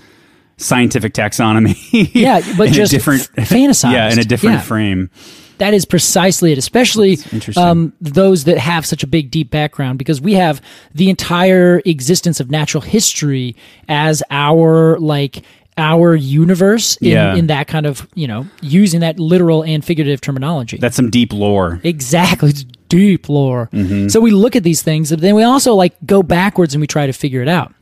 Speaker 2: scientific taxonomy.
Speaker 3: Yeah, but
Speaker 2: in
Speaker 3: just
Speaker 2: a different
Speaker 3: f- fantasized.
Speaker 2: Yeah, in a different
Speaker 3: Yeah.
Speaker 2: frame.
Speaker 3: that is precisely it especially
Speaker 2: interesting.
Speaker 3: um, those that have such a big deep background because we have the entire existence of natural history as our like our universe in,
Speaker 2: Yeah.
Speaker 3: in that kind of you know using that literal and figurative terminology
Speaker 2: That's some deep lore.
Speaker 3: exactly it's deep lore
Speaker 2: Mm-hmm.
Speaker 3: so we look at these things but then we also like go backwards and we try to figure it out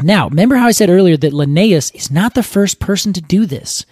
Speaker 3: now remember how i said earlier that linnaeus is not the first person to do this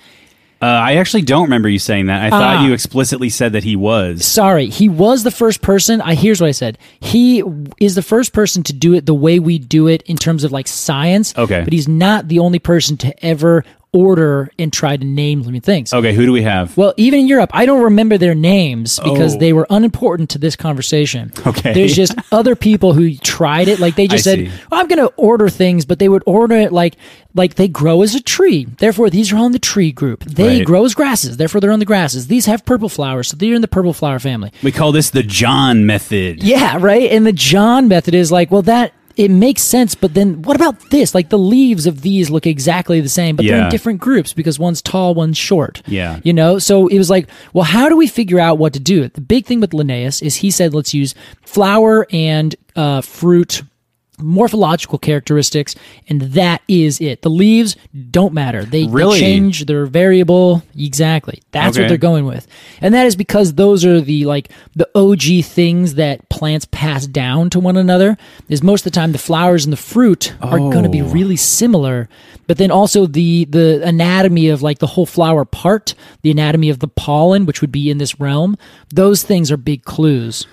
Speaker 2: Uh, I actually don't remember you saying that. I thought
Speaker 3: Ah.
Speaker 2: you explicitly said that he was.
Speaker 3: sorry he was the first person i here's what i said he w- is the first person to do it the way we do it in terms of like science
Speaker 2: Okay.
Speaker 3: but he's not the only person to ever order and try to name living things
Speaker 2: Okay, who do we have?
Speaker 3: well even in europe i don't remember their names because
Speaker 2: Oh.
Speaker 3: they were unimportant to this conversation
Speaker 2: Okay.
Speaker 3: there's just other people who tried it like they just
Speaker 2: I
Speaker 3: said
Speaker 2: see.
Speaker 3: "Oh, i'm gonna order things but they would order it like like they grow as a tree therefore these are all in the tree group they
Speaker 2: Right.
Speaker 3: grow as grasses therefore they're on the grasses these have purple flowers so they're in the purple flower family
Speaker 2: we call this the John method.
Speaker 3: yeah, right. And the John method is like, well, that it makes sense, but then what about this? Like the leaves of these look exactly the same, but they're in
Speaker 2: Yeah.
Speaker 3: different groups because one's tall, one's short.
Speaker 2: Yeah.
Speaker 3: You know, so it was like, well, how do we figure out what to do? The big thing with Linnaeus is he said, let's use flower and uh, fruit morphological characteristics and that is it the leaves don't matter they, they
Speaker 2: Really?
Speaker 3: change they're variable exactly that's what
Speaker 2: Okay.
Speaker 3: they're going with and that is because those are the like the og things that plants pass down to one another is most of the time the flowers and the fruit are going to
Speaker 2: Oh.
Speaker 3: be really similar but then also the the anatomy of like the whole flower part the anatomy of the pollen which would be in this realm those things are big clues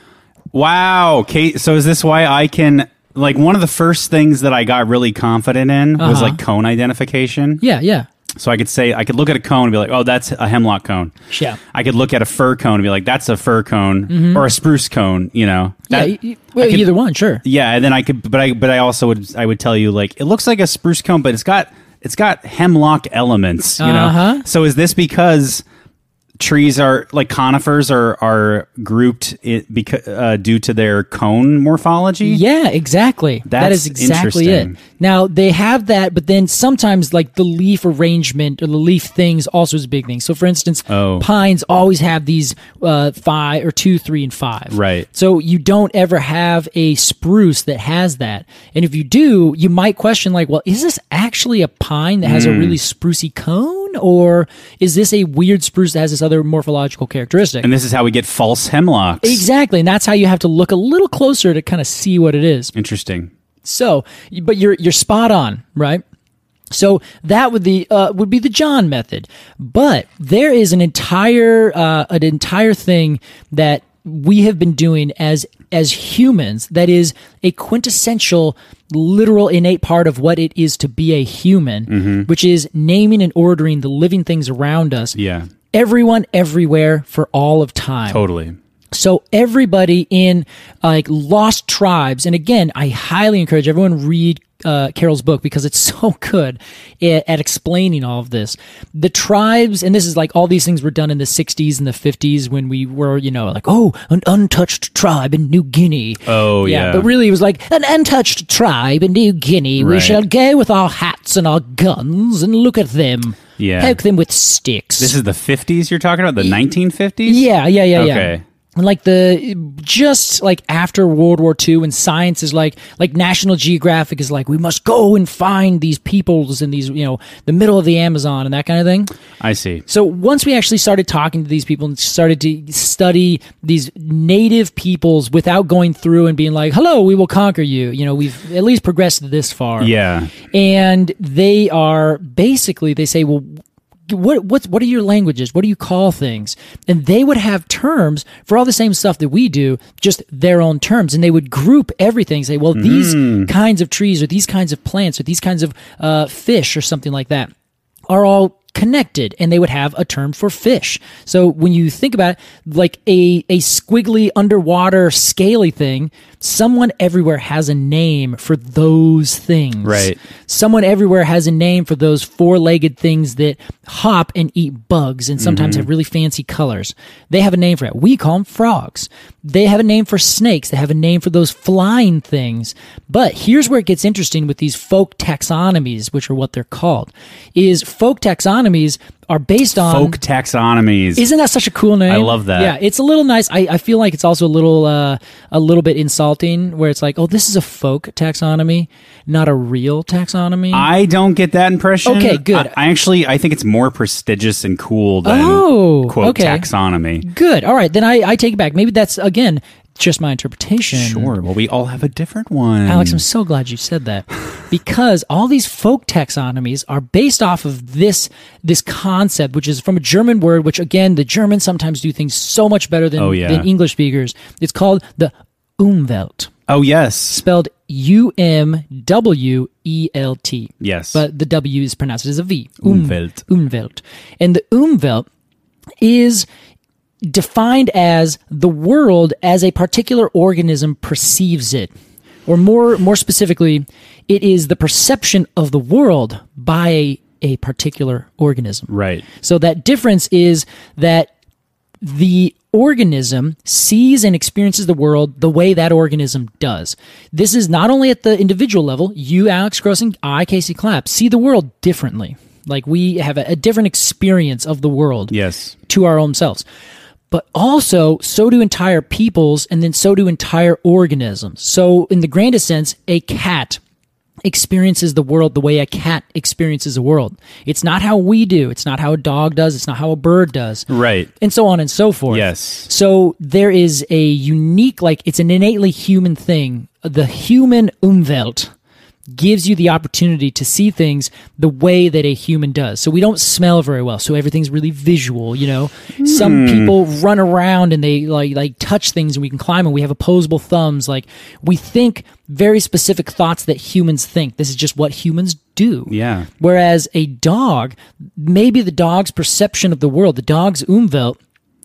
Speaker 2: Wow. Kate, so is this why I can like one of the first things that I got really confident in was like
Speaker 3: Uh-huh.
Speaker 2: cone identification.
Speaker 3: yeah yeah
Speaker 2: So I could say I could look at a cone and be like, "Oh, that's a hemlock cone."
Speaker 3: Yeah. Mm-hmm.
Speaker 2: I could look at a fir cone and be like, "That's a fir cone or a spruce cone," you know. That-
Speaker 3: yeah, y- y- well,
Speaker 2: could-
Speaker 3: either one sure
Speaker 2: yeah, and then I could but I but I also would I would tell you like, "It looks like a spruce cone, but it's got it's got hemlock elements, you
Speaker 3: Uh-huh.
Speaker 2: know. So is this because trees are like conifers are are grouped it because uh, due to their cone morphology?
Speaker 3: Yeah, exactly. That is
Speaker 2: That's
Speaker 3: exactly it.
Speaker 2: interesting.
Speaker 3: Now they have that, but then sometimes like the leaf arrangement or the leaf things also is a big thing. So for instance,
Speaker 2: Oh.
Speaker 3: pines always have these uh, five or two, three, and five.
Speaker 2: Right.
Speaker 3: So you don't ever have a spruce that has that. And if you do, you might question like, well, is this actually a pine that has
Speaker 2: Hmm.
Speaker 3: a really sprucey cone, or is this a weird spruce that has this other morphological characteristic?
Speaker 2: And this is how we get false hemlocks.
Speaker 3: Exactly, and that's how you have to look a little closer to kind of see what it is.
Speaker 2: Interesting.
Speaker 3: So, but you're you're spot on, right? So that would the uh, would be the John method, but there is an entire uh, an entire thing that we have been doing as as humans that is a quintessential literal innate part of what it is to be a human
Speaker 2: Mm-hmm.
Speaker 3: which is naming and ordering the living things around us
Speaker 2: Yeah.
Speaker 3: everyone everywhere for all of time
Speaker 2: Totally.
Speaker 3: so everybody in uh, like lost tribes, and again, I highly encourage everyone read uh, Carol's book because it's so good at, at explaining all of this. The tribes, and this is like all these things were done in the '60s and the '50s when we were, you know, like oh, an untouched tribe in New Guinea.
Speaker 2: Oh, yeah.
Speaker 3: But really, it was like an untouched tribe in New Guinea. We
Speaker 2: Right.
Speaker 3: shall go with our hats and our guns and look at them.
Speaker 2: Yeah.
Speaker 3: poke them with sticks.
Speaker 2: This is the 50s you're talking about, the 1950s?
Speaker 3: Yeah, yeah, yeah, yeah.
Speaker 2: Okay.
Speaker 3: And like the just like after World War II, when science is like like National Geographic is like we must go and find these peoples in these you know the middle of the Amazon and that kind of thing.
Speaker 2: I see.
Speaker 3: So once we actually started talking to these people and started to study these native peoples without going through and being like, "Hello, we will conquer you," you know, we've at least progressed this far
Speaker 2: Yeah.
Speaker 3: and they are basically they say well what what's what are your languages what do you call things and they would have terms for all the same stuff that we do just their own terms and they would group everything say well these kinds of trees or these kinds of plants or these kinds of uh, fish or something like that are all connected and they would have a term for fish. So when you think about it, like a, a squiggly underwater scaly thing, someone everywhere has a name for those things.
Speaker 2: Right.
Speaker 3: Someone everywhere has a name for those four legged things that hop and eat bugs and sometimes
Speaker 2: Mm-hmm.
Speaker 3: have really fancy colors. They have a name for it. We call them frogs. They have a name for snakes. They have a name for those flying things. But here's where it gets interesting with these folk taxonomies, which are what they're called, is folk taxonomies are based on.
Speaker 2: Folk taxonomies.
Speaker 3: Isn't that such a cool name?
Speaker 2: I love that.
Speaker 3: Yeah, it's a little nice. I, I feel like it's also a little uh, a little bit insulting, where it's like, oh, this is a folk taxonomy, not a real taxonomy.
Speaker 2: I don't get that impression.
Speaker 3: Okay, good.
Speaker 2: I, I actually I think it's more prestigious and cool than
Speaker 3: Oh,
Speaker 2: quote
Speaker 3: okay.
Speaker 2: taxonomy.
Speaker 3: Good. All right, then I, I take it back. Maybe that's again just my interpretation.
Speaker 2: Sure. Well, we all have a different one.
Speaker 3: Alex, I'm so glad you said that because all these folk taxonomies are based off of this this concept, which is from a German word. Which again, the Germans sometimes do things so much better than,
Speaker 2: Oh, yeah.
Speaker 3: than English speakers. It's called the Umwelt,
Speaker 2: oh yes,
Speaker 3: spelled U M W E L T.
Speaker 2: yes.
Speaker 3: But the W is pronounced as a V. Um-
Speaker 2: Umwelt.
Speaker 3: Umwelt. And the Umwelt is defined as the world as a particular organism perceives it. Or more more specifically, it is the perception of the world by a, a particular organism.
Speaker 2: right.
Speaker 3: So that difference is that the organism sees and experiences the world the way that organism does. This is not only at the individual level, you, Alex Gross, and I, Casey Clapp, see the world differently. Like we have a, a different experience of the world
Speaker 2: Yes.
Speaker 3: to our own selves. But also, so do entire peoples, and then so do entire organisms. So, in the grandest sense, a cat experiences the world the way a cat experiences the world. It's not how we do, it's not how a dog does, it's not how a bird does,
Speaker 2: Right.
Speaker 3: and so on and so forth.
Speaker 2: Yes.
Speaker 3: So, there is a unique, like, it's an innately human thing. The human Umwelt gives you the opportunity to see things the way that a human does. So we don't smell very well, so everything's really visual, you know. Some
Speaker 2: Hmm.
Speaker 3: people run around and they like like touch things and we can climb and we have opposable thumbs. Like we think very specific thoughts that humans think. This is just what humans do.
Speaker 2: Yeah.
Speaker 3: Whereas a dog, maybe the dog's perception of the world, the dog's umwelt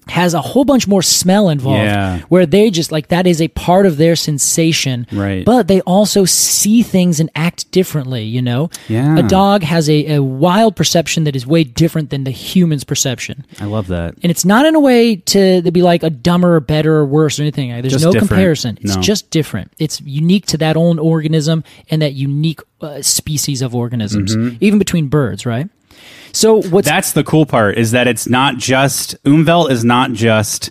Speaker 3: has a whole bunch more smell involved
Speaker 2: Yeah.
Speaker 3: where they just like that is a part of their sensation
Speaker 2: Right.
Speaker 3: but they also see things and act differently you know
Speaker 2: Yeah.
Speaker 3: a dog has a, a wild perception that is way different than the human's perception
Speaker 2: I love that.
Speaker 3: and it's not in a way to, to be like a dumber or better or worse or anything. There's
Speaker 2: Just
Speaker 3: no
Speaker 2: different.
Speaker 3: comparison. It's
Speaker 2: No.
Speaker 3: just different. It's unique to that own organism and that unique uh, species of organisms,
Speaker 2: Mm-hmm.
Speaker 3: even between birds, right? So what's
Speaker 2: That's the cool part is that it's not just Umvelt is not just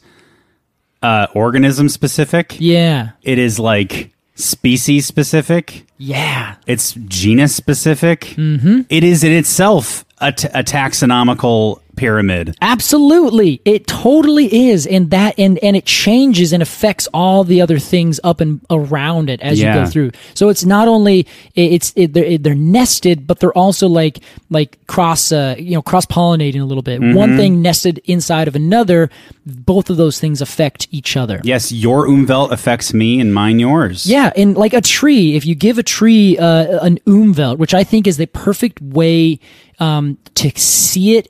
Speaker 2: uh, organism specific.
Speaker 3: yeah,
Speaker 2: It is like species specific.
Speaker 3: yeah,
Speaker 2: It's genus specific. Mm-hmm. is in itself a, t- a taxonomical pyramid.
Speaker 3: absolutely. It totally is, and that and and it changes and affects all the other things up and around it as you
Speaker 2: Yeah.
Speaker 3: go through. So it's not only it, it's it, they're, it, they're nested, but they're also like like cross uh, you know cross pollinating a little bit. One thing nested inside of another, both of those things affect each other.
Speaker 2: Yes, your Umvelt affects me and mine yours.
Speaker 3: Yeah, and like a tree, if you give a tree uh, an umwelt, which I think is the perfect way um, to see it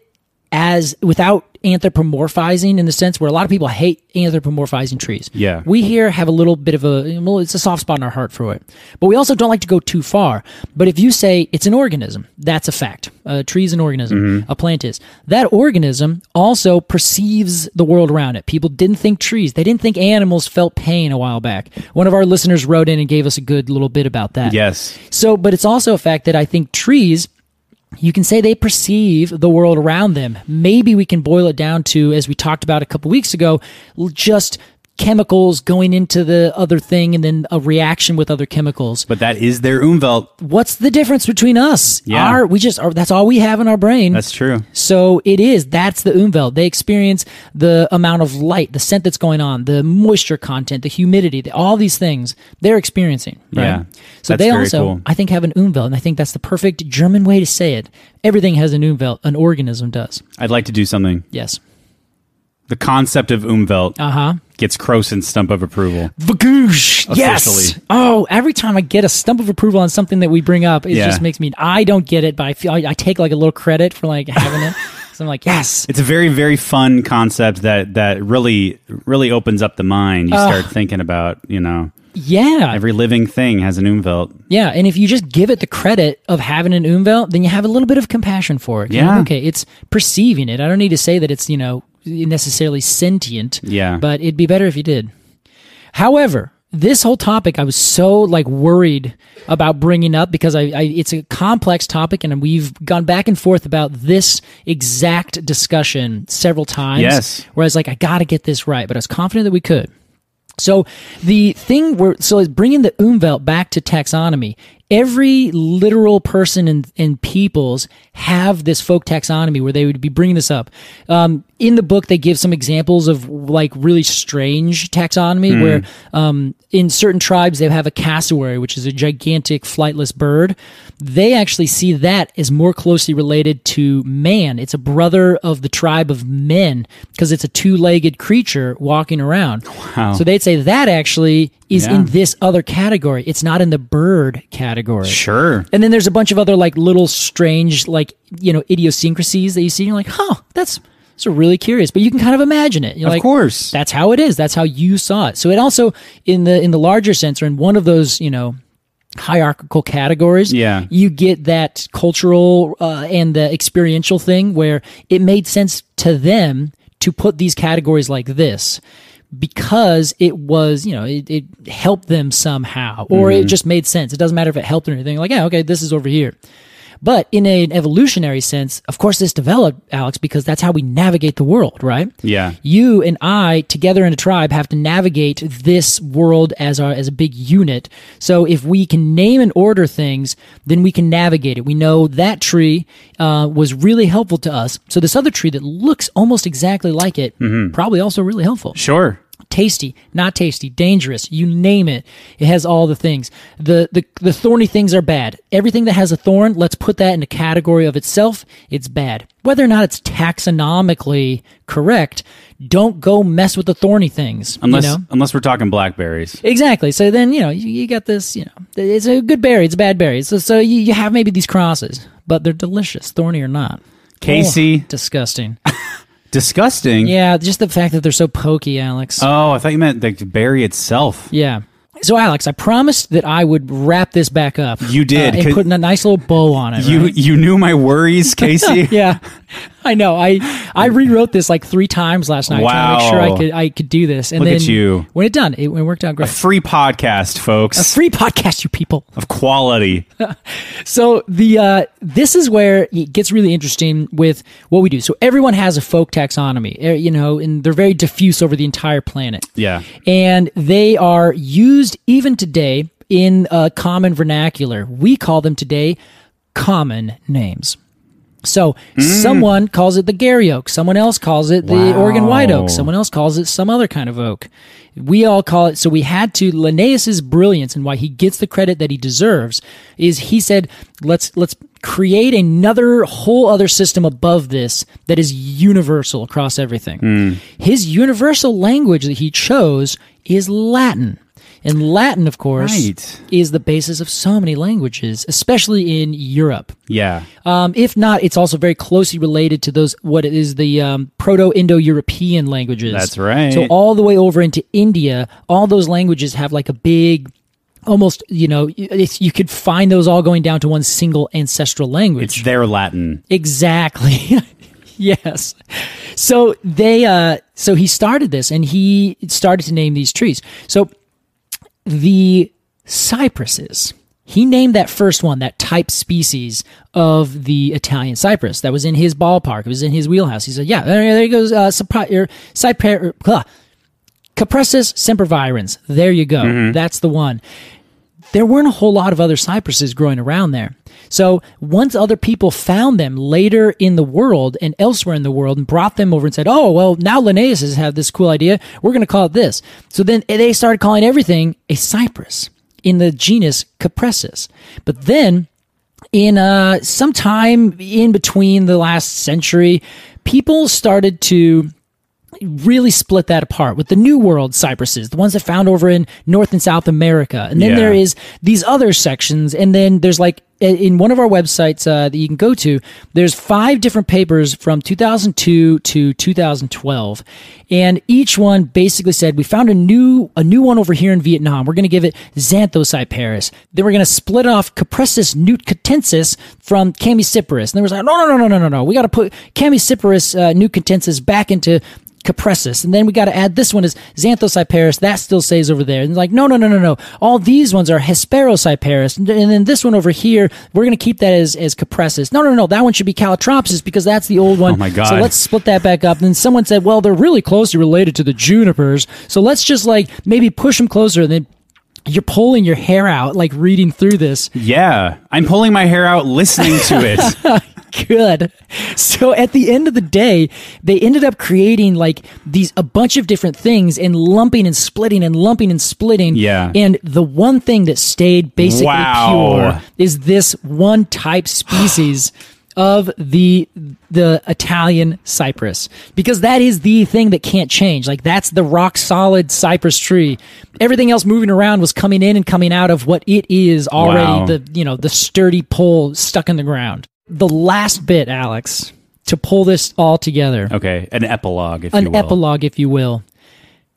Speaker 3: as without anthropomorphizing in the sense where a lot of people hate anthropomorphizing trees.
Speaker 2: Yeah.
Speaker 3: We here have a little bit of a, well, it's a soft spot in our heart for it. But we also don't like to go too far. But if you say it's an organism, that's a fact. A tree is an organism, a plant is. That organism also perceives the world around it. People didn't think trees, they didn't think animals felt pain a while back. One of our listeners wrote in and gave us a good little bit about that.
Speaker 2: Yes.
Speaker 3: So, but it's also a fact that I think trees, you can say they perceive the world around them. Maybe we can boil it down to, as we talked about a couple weeks ago, l- just chemicals going into the other thing and then a reaction with other chemicals.
Speaker 2: But that is their Umvelt.
Speaker 3: What's the difference between us?
Speaker 2: Yeah.
Speaker 3: Our, we just are, that's all we have in our brain.
Speaker 2: That's true.
Speaker 3: So it is. That's the umwelt. They experience the amount of light, the scent that's going on, the moisture content, the humidity, the, all these things they're experiencing. Right?
Speaker 2: Yeah.
Speaker 3: So
Speaker 2: That's
Speaker 3: they
Speaker 2: very
Speaker 3: also,
Speaker 2: cool.
Speaker 3: I think, have an umwelt, and I think that's the perfect German way to say it. Everything has an umwelt. An organism does.
Speaker 2: I'd like to do something.
Speaker 3: Yes.
Speaker 2: The concept of Umvelt
Speaker 3: Uh huh.
Speaker 2: gets Crosen's stump of approval.
Speaker 3: Vagoosh. Yes.
Speaker 2: Officially.
Speaker 3: Oh, every time I get a stump of approval on something that we bring up, it
Speaker 2: Yeah.
Speaker 3: just makes me. I don't get it, but I feel I, I take like a little credit for like having it. so I'm like, yes.
Speaker 2: It's a very very fun concept that that really really opens up the mind. You start thinking about you know
Speaker 3: Yeah.
Speaker 2: every living thing has an umvelt.
Speaker 3: Yeah, and if you just give it the credit of having an umwelt, then you have a little bit of compassion for it. You're
Speaker 2: Yeah.
Speaker 3: like, okay, it's perceiving it. I don't need to say that it's, you know, necessarily sentient.
Speaker 2: Yeah.
Speaker 3: But it'd be better if you did. However, this whole topic I was so like worried about bringing up because I, I it's a complex topic and we've gone back and forth about this exact discussion several times.
Speaker 2: Yes.
Speaker 3: Where I was like, I got to get this right, but I was confident that we could. So the thing we're so is bringing the umwelt back to taxonomy. Every literal person and and peoples have this folk taxonomy where they would be bringing this up. Um, in the book, they give some examples of like really strange taxonomy where um, in certain tribes they have a cassowary, which is a gigantic flightless bird. They actually see that as more closely related to man. It's a brother of the tribe of men because it's a two-legged creature walking around. So they'd say that actually is
Speaker 2: Oh. Yeah.
Speaker 3: in this other category. It's not in the bird category.
Speaker 2: Sure.
Speaker 3: And then there's a bunch of other like little strange like you know idiosyncrasies that you see. And you're like, huh, that's so really curious. But you can kind of imagine it. You're
Speaker 2: Of
Speaker 3: like,
Speaker 2: course.
Speaker 3: that's how it is. That's how you saw it. So it also in the in the larger sense or in one of those you know hierarchical categories
Speaker 2: Yeah.
Speaker 3: you get that cultural uh, and the experiential thing where it made sense to them to put these categories like this because it was you know it, it helped them somehow or
Speaker 2: Mm-hmm.
Speaker 3: it just made sense it doesn't matter if it helped or anything like yeah okay this is over here but in an evolutionary sense of course this developed alex because that's how we navigate the world right
Speaker 2: Yeah.
Speaker 3: you and I together in a tribe have to navigate this world as our as a big unit. So if we can name and order things, then we can navigate it. We know that tree uh, was really helpful to us. So this other tree that looks almost exactly like it, probably also really helpful
Speaker 2: Sure.
Speaker 3: tasty, not tasty, dangerous, you name it. It has all the things. The, the the thorny things are bad. Everything that has a thorn, let's put that in a category of itself, it's bad. Whether or not it's taxonomically correct, don't go mess with the thorny things.
Speaker 2: Unless
Speaker 3: you know?
Speaker 2: unless we're talking blackberries.
Speaker 3: Exactly. So then, you know, you, you got this, you know, it's a good berry, it's a bad berry. So, so you, you have maybe these crosses, but they're delicious, thorny or not.
Speaker 2: Casey.
Speaker 3: Oh, disgusting.
Speaker 2: disgusting.
Speaker 3: Yeah, just the fact that they're so pokey, Alex.
Speaker 2: Oh, I thought you meant like berry itself.
Speaker 3: yeah. So, Alex, I promised that I would wrap this back up.
Speaker 2: You did,
Speaker 3: uh, and
Speaker 2: 'cause-
Speaker 3: putting a nice little bow on it.
Speaker 2: You
Speaker 3: right?
Speaker 2: you knew my worries, Casey.
Speaker 3: yeah, I know. I I rewrote this like three times last night trying to make sure
Speaker 2: Wow.
Speaker 3: I could I could do this. And
Speaker 2: Look
Speaker 3: then
Speaker 2: at you.
Speaker 3: when it done, it, it worked out great.
Speaker 2: Free podcast, folks.
Speaker 3: Free podcast, you people.
Speaker 2: of quality.
Speaker 3: So the uh, this is where it gets really interesting with what we do. So everyone has a folk taxonomy, eh, you know, and they're very diffuse over the entire planet.
Speaker 2: Yeah.
Speaker 3: and they are used even today in uh, common vernacular. We call them today common names. So someone calls it the Gary oak, someone else calls it the Oregon white oak, someone else calls it some other kind of oak. We all call it. So we had to Linnaeus's brilliance and why he gets the credit that he deserves is he said let's let's create another whole other system above this that is universal across everything. His universal language that he chose is Latin. And Latin, of course,
Speaker 2: Right.
Speaker 3: is the basis of so many languages, especially in Europe.
Speaker 2: Yeah.
Speaker 3: Um, if not, it's also very closely related to those what is the um, Proto-Indo-European languages.
Speaker 2: That's right.
Speaker 3: So all the way over into India, all those languages have like a big, almost you know, it's, you could find those all going down to one single ancestral language.
Speaker 2: It's their Latin.
Speaker 3: Exactly. yes. So they uh so he started this and he started to name these trees. So the cypresses. He named that first one, that type species of the Italian cypress. That was in his ballpark. It was in his wheelhouse. He said, "Yeah, there, there goes uh, Cypre, er, Cypre, uh, Capressus sempervirens." There you go. That's the one there weren't a whole lot of other cypresses growing around there. So once other people found them later in the world and elsewhere in the world and brought them over and said, oh, well, now Linnaeus has had this cool idea. We're going to call it this. So then they started calling everything a cypress in the genus Capressus. But then in uh, sometime in between the last century, people started to really split that apart with the new world cypresses the ones that found over in north and south america and then
Speaker 2: Yeah.
Speaker 3: there is these other sections and then there's like i- in one of our websites uh, that you can go to there's five different papers from 2002 to 2012 and each one basically said we found a new a new one over here in vietnam we're going to give it xanthocyparis then we're going to split off capressus nutcatensis from camisiparis and there was like no no no no no no no we got to put camisiparis uh, nutcatensis back into Capressus, and then we got to add this one is Xanthocyparis. That still stays over there. And like, no, no, no, no, no. All these ones are Hesperocyparis, and then this one over here, we're going to keep that as as Capressus. No, no, no, that one should be Calotropsis because that's the old one.
Speaker 2: Oh my God.
Speaker 3: So let's split that back up. Then someone said, well, they're really closely related to the junipers, so let's just like maybe push them closer. And then you're pulling your hair out like reading through this.
Speaker 2: Yeah. I'm pulling my hair out listening to it.
Speaker 3: good. So at the end of the day, they ended up creating like these a bunch of different things and lumping and splitting and lumping and splitting.
Speaker 2: Yeah.
Speaker 3: And the one thing that stayed basically
Speaker 2: Wow.
Speaker 3: pure is this one type species of the the Italian cypress because that is the thing that can't change like that's the rock solid cypress tree everything else moving around was coming in and coming out of what it is already
Speaker 2: Wow.
Speaker 3: the you know the sturdy pole stuck in the ground the last bit Alex to pull this all together
Speaker 2: okay. An epilogue, if Oh, you
Speaker 3: an
Speaker 2: will.
Speaker 3: epilogue if you will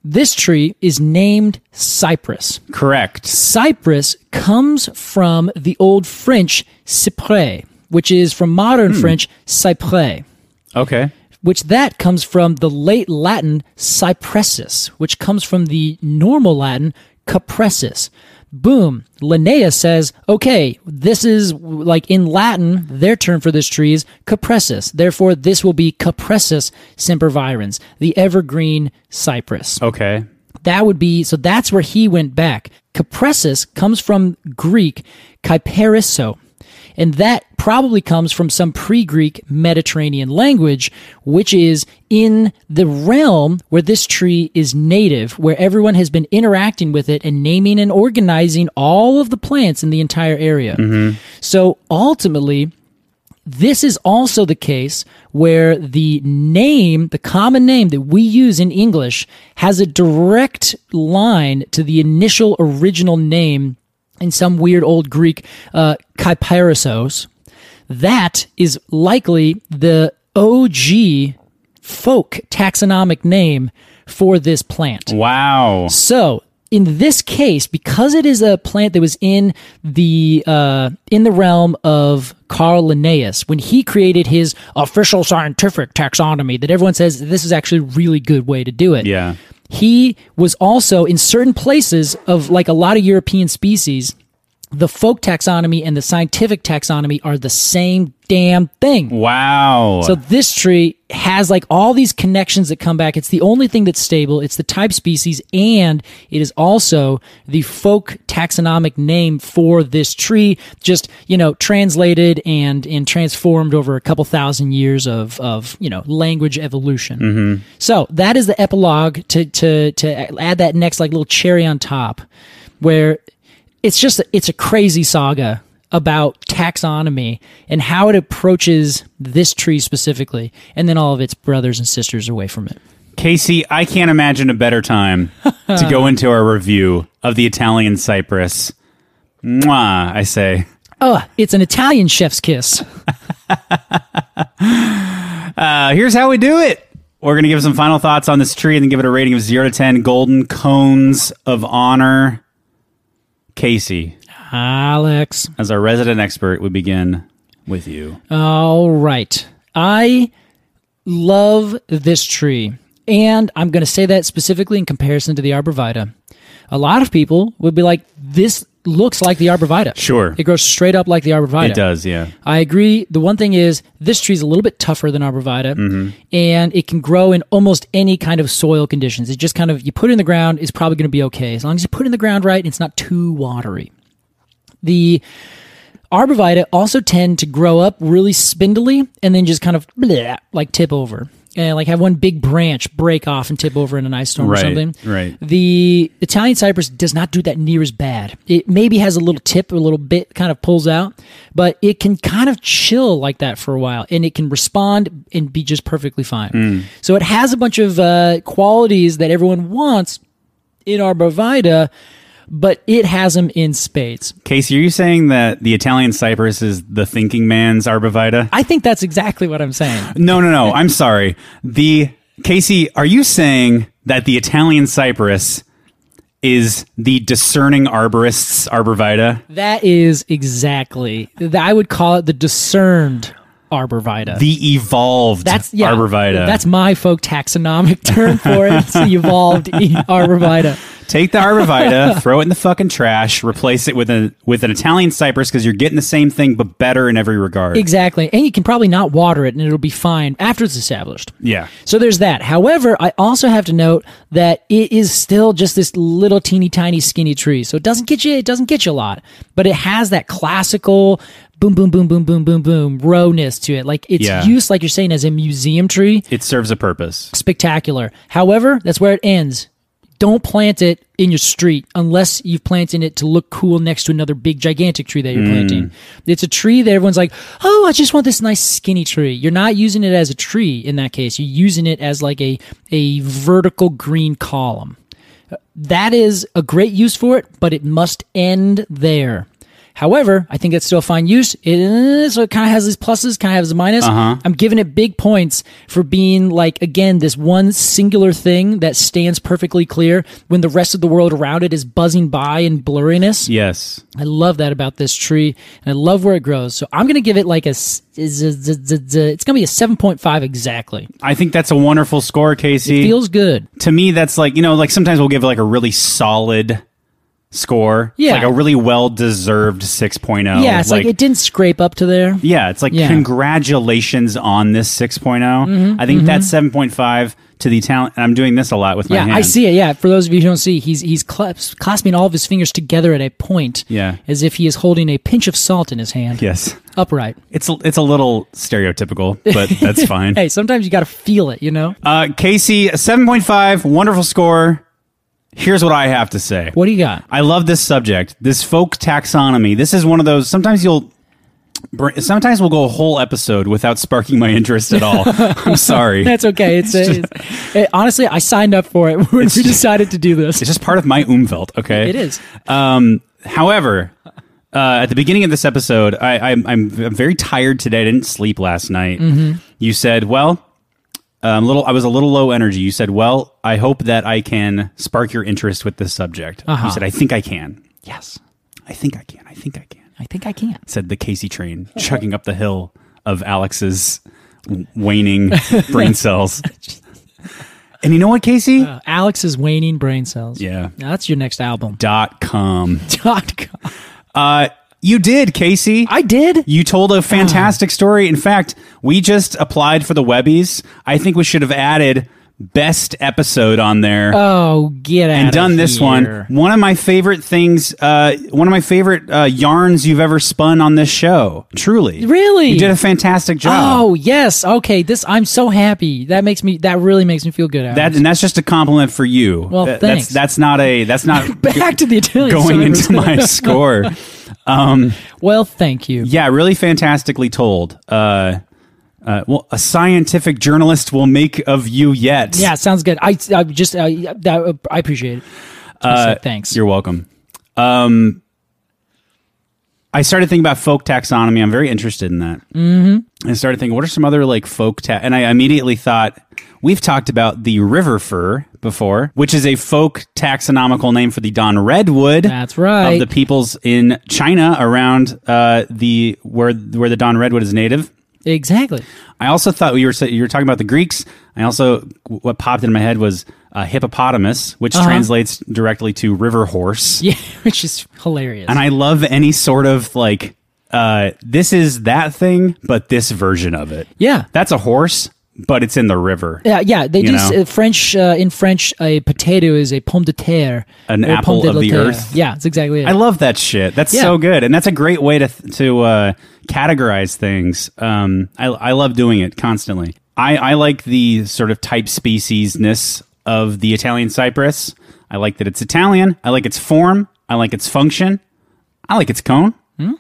Speaker 3: this tree is named cypress
Speaker 2: Correct.
Speaker 3: Cyprus comes from the old French cypre, which is from modern
Speaker 2: Hmm.
Speaker 3: French cypre,
Speaker 2: Okay.
Speaker 3: which that comes from the late Latin cypressus, which comes from the normal Latin capressus. Boom. Linnea says, okay, this is like in Latin, their term for this tree is capressus. Therefore, this will be capressus sempervirens, the evergreen cypress.
Speaker 2: Okay.
Speaker 3: That would be so that's where he went back. Capressus comes from Greek kyperisso. And that probably comes from some pre Greek Mediterranean language, which is in the realm where this tree is native, where everyone has been interacting with it and naming and organizing all of the plants in the entire area. So ultimately, this is also the case where the name, the common name that we use in English, has a direct line to the initial original name in some weird old Greek, uh, Kyperissos. That is likely the OG folk taxonomic name for this plant.
Speaker 2: Wow.
Speaker 3: So in this case, because it is a plant that was in the uh, in the realm of Carl Linnaeus when he created his official scientific taxonomy, that everyone says this is actually a really good way to do it.
Speaker 2: Yeah.
Speaker 3: He was also in certain places of like a lot of European species, the folk taxonomy and the scientific taxonomy are the same damn thing.
Speaker 2: Wow.
Speaker 3: So this tree has like all these connections that come back. It's the only thing that's stable. It's the type species and it is also the folk taxonomic name for this tree, just, you know, translated and, and transformed over a couple thousand years of, of, you know, language evolution. So that is the epilogue to, to, to add that next like little cherry on top where it's just it's a crazy saga about taxonomy and how it approaches this tree specifically and then all of its brothers and sisters away from it
Speaker 2: Casey, I can't imagine a better time to go into our review of the Italian cypress. Mwah, I say.
Speaker 3: oh it's an italian chef's kiss
Speaker 2: Uh, here's how we do it. We're going to give some final thoughts on this tree and then give it a rating of 0 to 10 golden cones of honor. Casey,
Speaker 3: alex
Speaker 2: as our resident expert, we begin with you.
Speaker 3: Oh, all right i love this tree and i'm going to say that specifically in comparison to the arborvita a lot of people would be like this looks like the arborvita
Speaker 2: Sure.
Speaker 3: it grows straight up like the arborvita
Speaker 2: It does, yeah.
Speaker 3: I agree. The one thing is this tree's a little bit tougher than arborvita, and it can grow in almost any kind of soil conditions. It just kind of you put it in the ground is probably going to be okay as long as you put it in the ground right and it's not too watery. The arborvita also tend to grow up really spindly and then just kind of bleh, like tip over and like have one big branch break off and tip over in an ice storm
Speaker 2: Right,
Speaker 3: or something.
Speaker 2: right.
Speaker 3: The Italian cypress does not do that near as bad. It maybe has a little tip, a little bit kind of pulls out, but it can kind of chill like that for a while and it can respond and be just perfectly fine.
Speaker 2: Mm.
Speaker 3: So it has a bunch of uh, qualities that everyone wants in Arborvita, but it has them in spades.
Speaker 2: Casey, are you saying that the Italian cypress is the thinking man's arborvita?
Speaker 3: I think that's exactly what I'm saying.
Speaker 2: No, no, no. I'm sorry. The Casey, are you saying that the Italian cypress is the discerning arborist's arborvita?
Speaker 3: That is exactly. I would call it the discerned arborvita.
Speaker 2: The evolved
Speaker 3: that's yeah,
Speaker 2: arborvita.
Speaker 3: That's my folk taxonomic term for it. It's the evolved e- arborvita.
Speaker 2: Take the arborvita, throw it in the fucking trash, replace it with an with an Italian cypress because you're getting the same thing but better in every regard.
Speaker 3: Exactly, and you can probably not water it, and it'll be fine after it's established.
Speaker 2: yeah.
Speaker 3: So there's that. However, I also have to note that it is still just this little teeny tiny skinny tree. So it doesn't get you it doesn't get you a lot, but it has that classical boom boom boom boom boom boom boom rowness to it. Like its
Speaker 2: Yeah.
Speaker 3: use like you're saying as a museum tree,
Speaker 2: It serves a purpose.
Speaker 3: spectacular. However, that's where it ends. Don't plant it in your street unless you've planted it to look cool next to another big gigantic tree that you're planting. It's a tree that everyone's like, "Oh, I just want this nice skinny tree." You're not using it as a tree in that case. You're using it as like a a vertical green column. That is a great use for it, but it must end there. However, I think that's still a fine use. It is, so it kind of has these pluses, kind of has a minus. I'm giving it big points for being like again this one singular thing that stands perfectly clear when the rest of the world around it is buzzing by in blurriness.
Speaker 2: Yes.
Speaker 3: I love that about this tree, and I love where it grows. So I'm gonna give it like a. s- z- z- z- z- It's gonna be a 7.5 exactly.
Speaker 2: I think that's a wonderful score, Casey.
Speaker 3: Feels good.
Speaker 2: to me that's like you know like sometimes we'll give like a really solid score
Speaker 3: Yeah.
Speaker 2: like a really well deserved 6.0
Speaker 3: yeah, it's like, it didn't scrape up to there.
Speaker 2: oh. yeah it's like
Speaker 3: Yeah. Mm-hmm,
Speaker 2: congratulations on this 6 i think that's 7.5 to the talent and i'm doing this a lot with my
Speaker 3: Yeah,
Speaker 2: hand
Speaker 3: I see it. Yeah, for those of you who don't see, he's he's clasp, clasping all of his fingers together at a point.
Speaker 2: Yeah.
Speaker 3: as if he is holding a pinch of salt in his hand.
Speaker 2: yes
Speaker 3: upright.
Speaker 2: it's it's a little stereotypical but that's fine
Speaker 3: Hey, sometimes you got to feel it, you know.
Speaker 2: uh casey 7.5 wonderful score here's what i have to say
Speaker 3: What do you got?
Speaker 2: I love this subject, this folk taxonomy. This is one of those. Sometimes you'll. br- Sometimes we'll go a whole episode without sparking my interest at all. I'm sorry.
Speaker 3: That's okay. It's, it's, eh, honestly, I signed up for it when we decided to do this.
Speaker 2: It's just part of my umwelt. Okay.
Speaker 3: It is.
Speaker 2: Um, however, uh, at the beginning of this episode,
Speaker 3: Mm-hmm.
Speaker 2: I, I'm, I'm I'm very tired today. I didn't sleep last night. You said, "Well, Um, little, I was a little low energy. You said, "Well, I hope that I can spark your interest with this subject."
Speaker 3: Uh-huh.
Speaker 2: You said, "I think I can.
Speaker 3: Yes.
Speaker 2: I think I can. I think I can."
Speaker 3: I think I can.
Speaker 2: Said the Casey train chugging up the hill of Alex's w- waning brain cells. and you know what, Casey?
Speaker 3: Uh, Alex is waning brain cells.
Speaker 2: yeah.
Speaker 3: Now, that's your next album.
Speaker 2: Dot com.
Speaker 3: Dot com.
Speaker 2: Uh, you did, Casey.
Speaker 3: I Ah. did.
Speaker 2: You told a fantastic story. In fact, we just applied for the Webbies. I think we should have added best episode on there
Speaker 3: Oh, get out!
Speaker 2: and done this one.
Speaker 3: here.
Speaker 2: One of my favorite things, uh, one of my favorite uh, yarns you've ever spun on this show. Truly.
Speaker 3: Really?
Speaker 2: You did a fantastic job.
Speaker 3: Oh yes. Okay. This I'm so happy. That makes me. That really makes me feel good. Alex.
Speaker 2: That, and that's just a compliment for you.
Speaker 3: Well,
Speaker 2: That-
Speaker 3: thanks.
Speaker 2: That's, that's not a, that's not
Speaker 3: back to the Italian.
Speaker 2: going
Speaker 3: side.
Speaker 2: into my score.
Speaker 3: Well, thank you.
Speaker 2: Yeah, really fantastically told. Uh, uh, well, a scientific journalist will make of you yet.
Speaker 3: Yeah, sounds good. I, I just I, that, uh, I appreciate it. So thanks.
Speaker 2: Uh, You're welcome. Um, I started thinking about folk taxonomy. I'm very interested in that. Mm-hmm. I started thinking, what are some other like folk ta- And I immediately thought, we've talked about the river fir before, which is a folk taxonomical name for the Don Redwood.
Speaker 3: That's right.
Speaker 2: Of the peoples in China around uh, the where where the Don Redwood is native.
Speaker 3: exactly.
Speaker 2: I also thought you were sa- you were talking about the Greeks. I also what popped in my head was uh, hippopotamus, which
Speaker 3: Uh-huh.
Speaker 2: translates directly to river horse.
Speaker 3: Yeah, which is hilarious.
Speaker 2: And I love any sort of like uh, this is that thing, but this version of it.
Speaker 3: yeah.
Speaker 2: That's a horse, but it's in the river.
Speaker 3: Yeah, yeah, they
Speaker 2: You
Speaker 3: do.
Speaker 2: know?
Speaker 3: s- uh, French uh, in French, a potato is a pomme de terre,
Speaker 2: An
Speaker 3: or
Speaker 2: apple
Speaker 3: pomme de
Speaker 2: of
Speaker 3: la
Speaker 2: the
Speaker 3: terre.
Speaker 2: earth.
Speaker 3: Yeah, that's exactly it.
Speaker 2: I love that shit. That's
Speaker 3: Yeah.
Speaker 2: so good, and that's a great way to to uh, categorize things. Um, I I love doing it constantly. I I like the sort of type speciesness of the Italian cypress. I like that it's Italian. I like its form. I like its function. I like its cone.
Speaker 3: Hmm?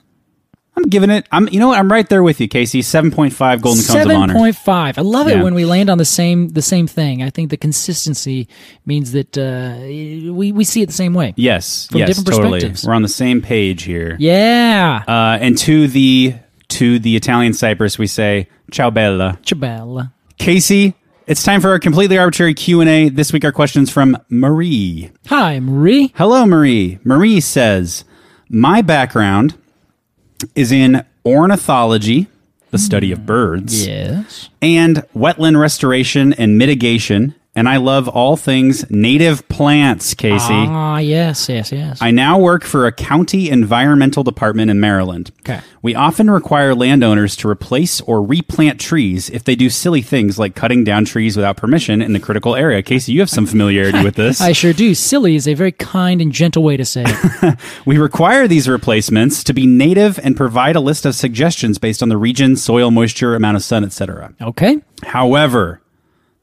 Speaker 2: I'm giving it. I'm you know what? I'm right there with you, Casey. Seven point five golden cones of
Speaker 3: Seven
Speaker 2: honor.
Speaker 3: point five. I love
Speaker 2: Yeah.
Speaker 3: it when we land on the same the same thing. I think the consistency means that uh, we we see it the same way.
Speaker 2: yes,
Speaker 3: From
Speaker 2: yes,
Speaker 3: different
Speaker 2: totally.
Speaker 3: perspectives.
Speaker 2: We're on the same page here.
Speaker 3: Yeah,
Speaker 2: Uh, and to the to the Italian cypress, we say ciao bella.
Speaker 3: Chabelle.
Speaker 2: Casey, it's time for our completely arbitrary Q&A. This week our questions from Marie.
Speaker 3: Hi, Marie.
Speaker 2: Hello Marie. Marie says, "My background is in ornithology, the study of birds,
Speaker 3: Hmm. Yes.
Speaker 2: and wetland restoration and mitigation, and I love all things native plants, Casey."
Speaker 3: Ah, yes, yes, yes.
Speaker 2: I now work for a county environmental department in Maryland.
Speaker 3: Okay.
Speaker 2: We often require landowners to replace or replant trees if they do silly things like cutting down trees without permission in the critical area. Casey, you have some familiarity with this.
Speaker 3: I sure do. Silly is a very kind and gentle way to say it.
Speaker 2: We require these replacements to be native and provide a list of suggestions based on the region, soil moisture, amount of sun, etc.
Speaker 3: Okay.
Speaker 2: However,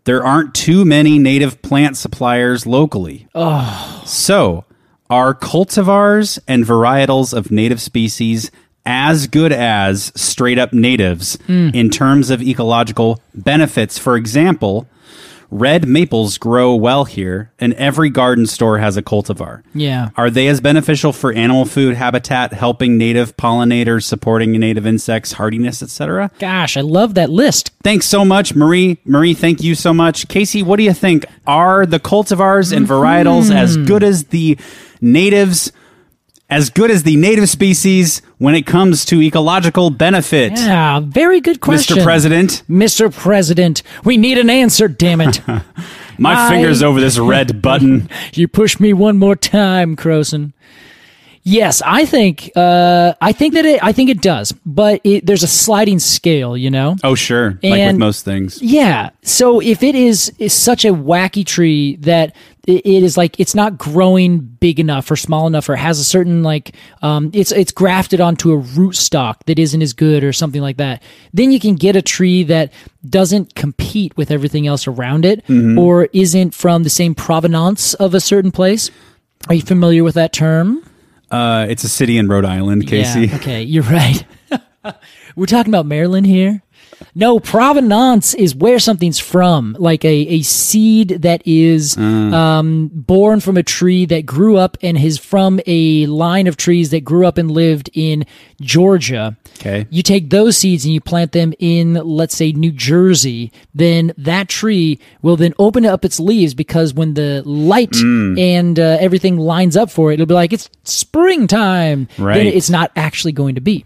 Speaker 2: there aren't too many native plant suppliers locally. Oh. So, are cultivars and varietals of native species as good as straight up natives in terms of ecological benefits? For example, red maples grow well here, and every garden store has a cultivar.
Speaker 3: Yeah.
Speaker 2: Are they as beneficial for animal food habitat, helping native pollinators, supporting native insects, hardiness, etc.?
Speaker 3: Gosh, I love that list.
Speaker 2: Thanks so much, Marie. Marie, thank you so much. Casey, what do you think? Are the cultivars and varietals as
Speaker 3: Hmm.
Speaker 2: good as the natives? As good as the native species when it comes to ecological benefit,
Speaker 3: Yeah, Ah, very good question.
Speaker 2: Mr. President.
Speaker 3: Mr. President, we need an answer, damn it.
Speaker 2: My
Speaker 3: I-
Speaker 2: fingers over this red button.
Speaker 3: you push me one more time, Croson. Yes, I think uh, I think that it I think it does, but it, there's a sliding scale, you know.
Speaker 2: Oh, sure. like with
Speaker 3: And-
Speaker 2: most things.
Speaker 3: Yeah. So if it is, is such a wacky tree that i- it is like it's not growing big enough or small enough or has a certain like um, it's it's grafted onto a root stock that isn't as good or something like that, then you can get a tree that doesn't compete with everything else around it or isn't from the same provenance of a certain place. Are you familiar with that term?
Speaker 2: Uh, it's a city in Rhode Island, Casey.
Speaker 3: Yeah, okay, you're right. We're talking about Maryland here. No, provenance is where something's from, like a, a seed that is
Speaker 2: Mm.
Speaker 3: um, born from a tree that grew up and is from a line of trees that grew up and lived in Georgia.
Speaker 2: Okay.
Speaker 3: You take those seeds and you plant them in, let's say, New Jersey. Then that tree will then open up its leaves because when the light
Speaker 2: Mm.
Speaker 3: and uh, everything lines up for it, it'll be like, it's springtime. Then
Speaker 2: Right.
Speaker 3: it's not actually going to be.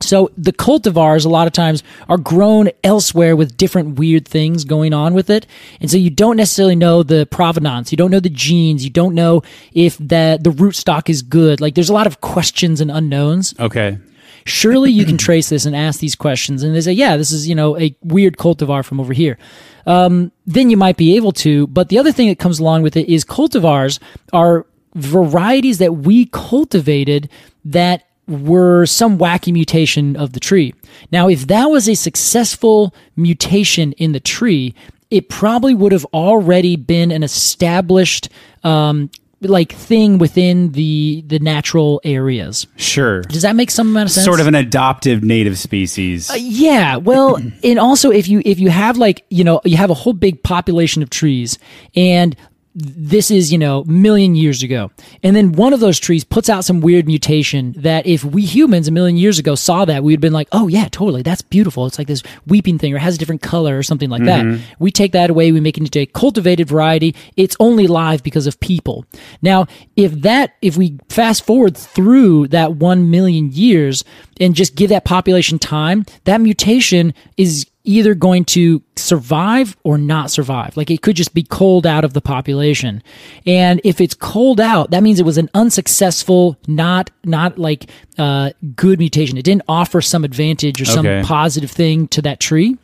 Speaker 3: So the cultivars a lot of times are grown elsewhere with different weird things going on with it. And so you don't necessarily know the provenance. You don't know the genes. You don't know if the the rootstock is good. Like there's a lot of questions and unknowns.
Speaker 2: Okay.
Speaker 3: Surely you can trace this and ask these questions and they say, "Yeah, this is, you know, a weird cultivar from over here." Um, then you might be able to. But the other thing that comes along with it is cultivars are varieties that we cultivated that were some wacky mutation of the tree. Now, if that was a successful mutation in the tree, it probably would have already been an established, um, like thing within the the natural areas.
Speaker 2: Sure.
Speaker 3: Does that Uh, make some amount of sense?
Speaker 2: Sort of an adoptive native species.
Speaker 3: Yeah, well, and also if you if you have like you know you have a whole big population of trees, and this is you know million years ago, and then one of those trees puts out some weird mutation that if we humans a million years ago saw that we'd been like, oh yeah, totally, that's beautiful. It's like this weeping thing, or has a different color, or something like that. We take that away, we make it into a cultivated variety. It's only live because of people. Now, if that if we fast forward through that one million years and just give that population time, that mutation is either going to survive or not survive. Like it could just be culled out of the population. And if it's culled out, that means it was an unsuccessful, not not like uh, good mutation. It didn't offer some advantage or
Speaker 2: Okay.
Speaker 3: some positive thing to that tree.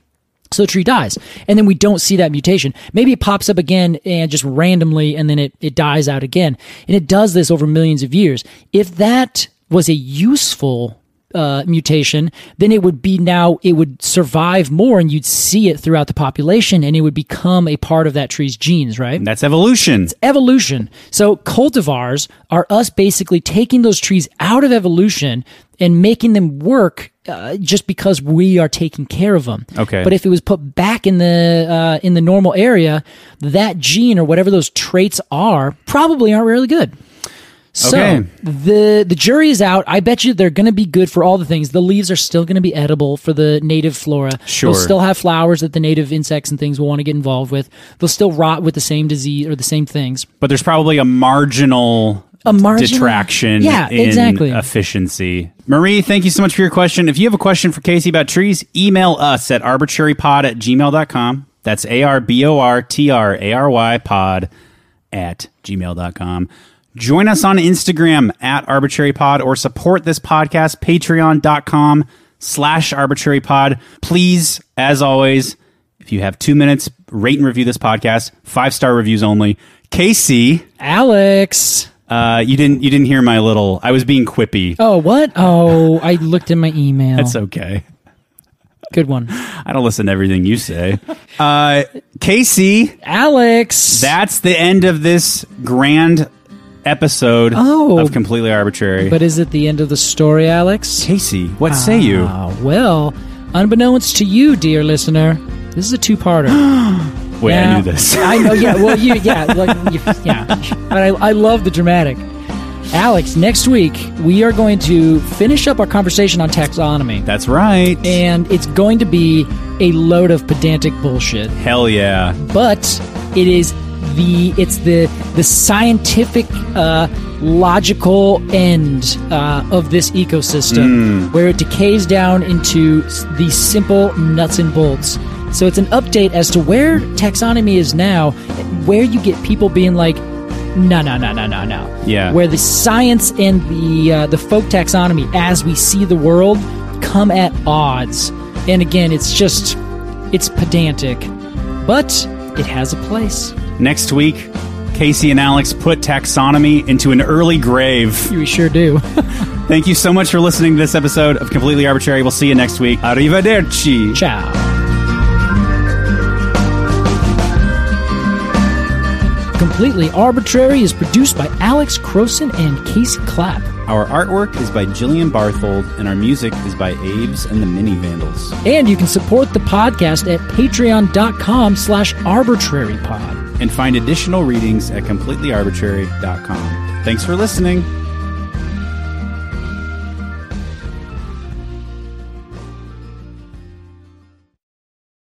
Speaker 3: So the tree dies, and then we don't see that mutation. Maybe it pops up again and just randomly, and then it, it dies out again. And it does this over millions of years. If that was a useful uh, mutation, then it would be now, it would survive more, and you'd see it throughout the population, and it would become a part of that tree's genes, right?
Speaker 2: That's evolution.
Speaker 3: evolution. So cultivars are us basically taking those trees out of evolution and making them work uh, just because we are taking care of them.
Speaker 2: Okay.
Speaker 3: But if it was put back in the uh, in the normal area, that gene or whatever those traits are probably aren't really good. So
Speaker 2: Okay.
Speaker 3: the the jury is out. I bet you they're going to be good for all the things. The leaves are still going to be edible for the native flora.
Speaker 2: Sure.
Speaker 3: They'll still have flowers that the native insects and things will want to get involved with. They'll still rot with the same disease or the same things.
Speaker 2: But there's probably a marginal
Speaker 3: A marginal-
Speaker 2: detraction
Speaker 3: Yeah,
Speaker 2: in
Speaker 3: exactly.
Speaker 2: efficiency. Marie, thank you so much for your question. If you have a question for Casey about trees, email us at arbitrarypod at gmail.com. That's A R B O R T R A R Y pod at gmail.com. Join us on Instagram at arbitrarypod or support this podcast, patreon.com slash arbitrarypod. Please, as always, if you have two minutes, rate and review this podcast. Five star reviews only. Casey,
Speaker 3: Alex.
Speaker 2: uh, you didn't you didn't hear my little. I was being quippy.
Speaker 3: Oh, what? Oh, I looked in my email.
Speaker 2: That's okay.
Speaker 3: good one.
Speaker 2: I don't listen to everything you say. uh, Casey,
Speaker 3: Alex.
Speaker 2: that's the end of this grand episode
Speaker 3: Oh.
Speaker 2: of Completely Arbitrary.
Speaker 3: but is it the end of the story, Alex?
Speaker 2: Casey, what say you?
Speaker 3: Ah, well, unbeknownst to you, dear listener, this is a two-parter.
Speaker 2: Wait, I
Speaker 3: Now-
Speaker 2: knew this.
Speaker 3: I know. Yeah. Well, you. Yeah. Like, you, yeah. But I, I love the dramatic. Alex, next week we are going to finish up our conversation on taxonomy,
Speaker 2: that's right.
Speaker 3: and it's going to be a load of pedantic bullshit.
Speaker 2: Hell yeah.
Speaker 3: But it is the it's the the scientific. Uh, logical end uh, of this ecosystem where it decays down into s- the simple nuts and bolts so it's an update as to where taxonomy is now where you get people being like no no no no no no
Speaker 2: Yeah.
Speaker 3: where the science and the uh, the folk taxonomy as we see the world come at odds and again it's just it's pedantic but it has a place
Speaker 2: Next week, Casey and Alex put taxonomy into an early grave.
Speaker 3: we sure do
Speaker 2: Thank you so much for listening to this episode of Completely Arbitrary. We'll see you next week. Arrivederci.
Speaker 3: Ciao. Completely Arbitrary is produced by Alex Croson and Casey Clapp.
Speaker 2: Our artwork is by Jillian Barthold, and our music is by Aves and the Mini Vandals.
Speaker 3: And you can support the podcast at patreon.com slash arbitrarypod.
Speaker 2: And find additional readings at completelyarbitrary.com. Thanks for listening.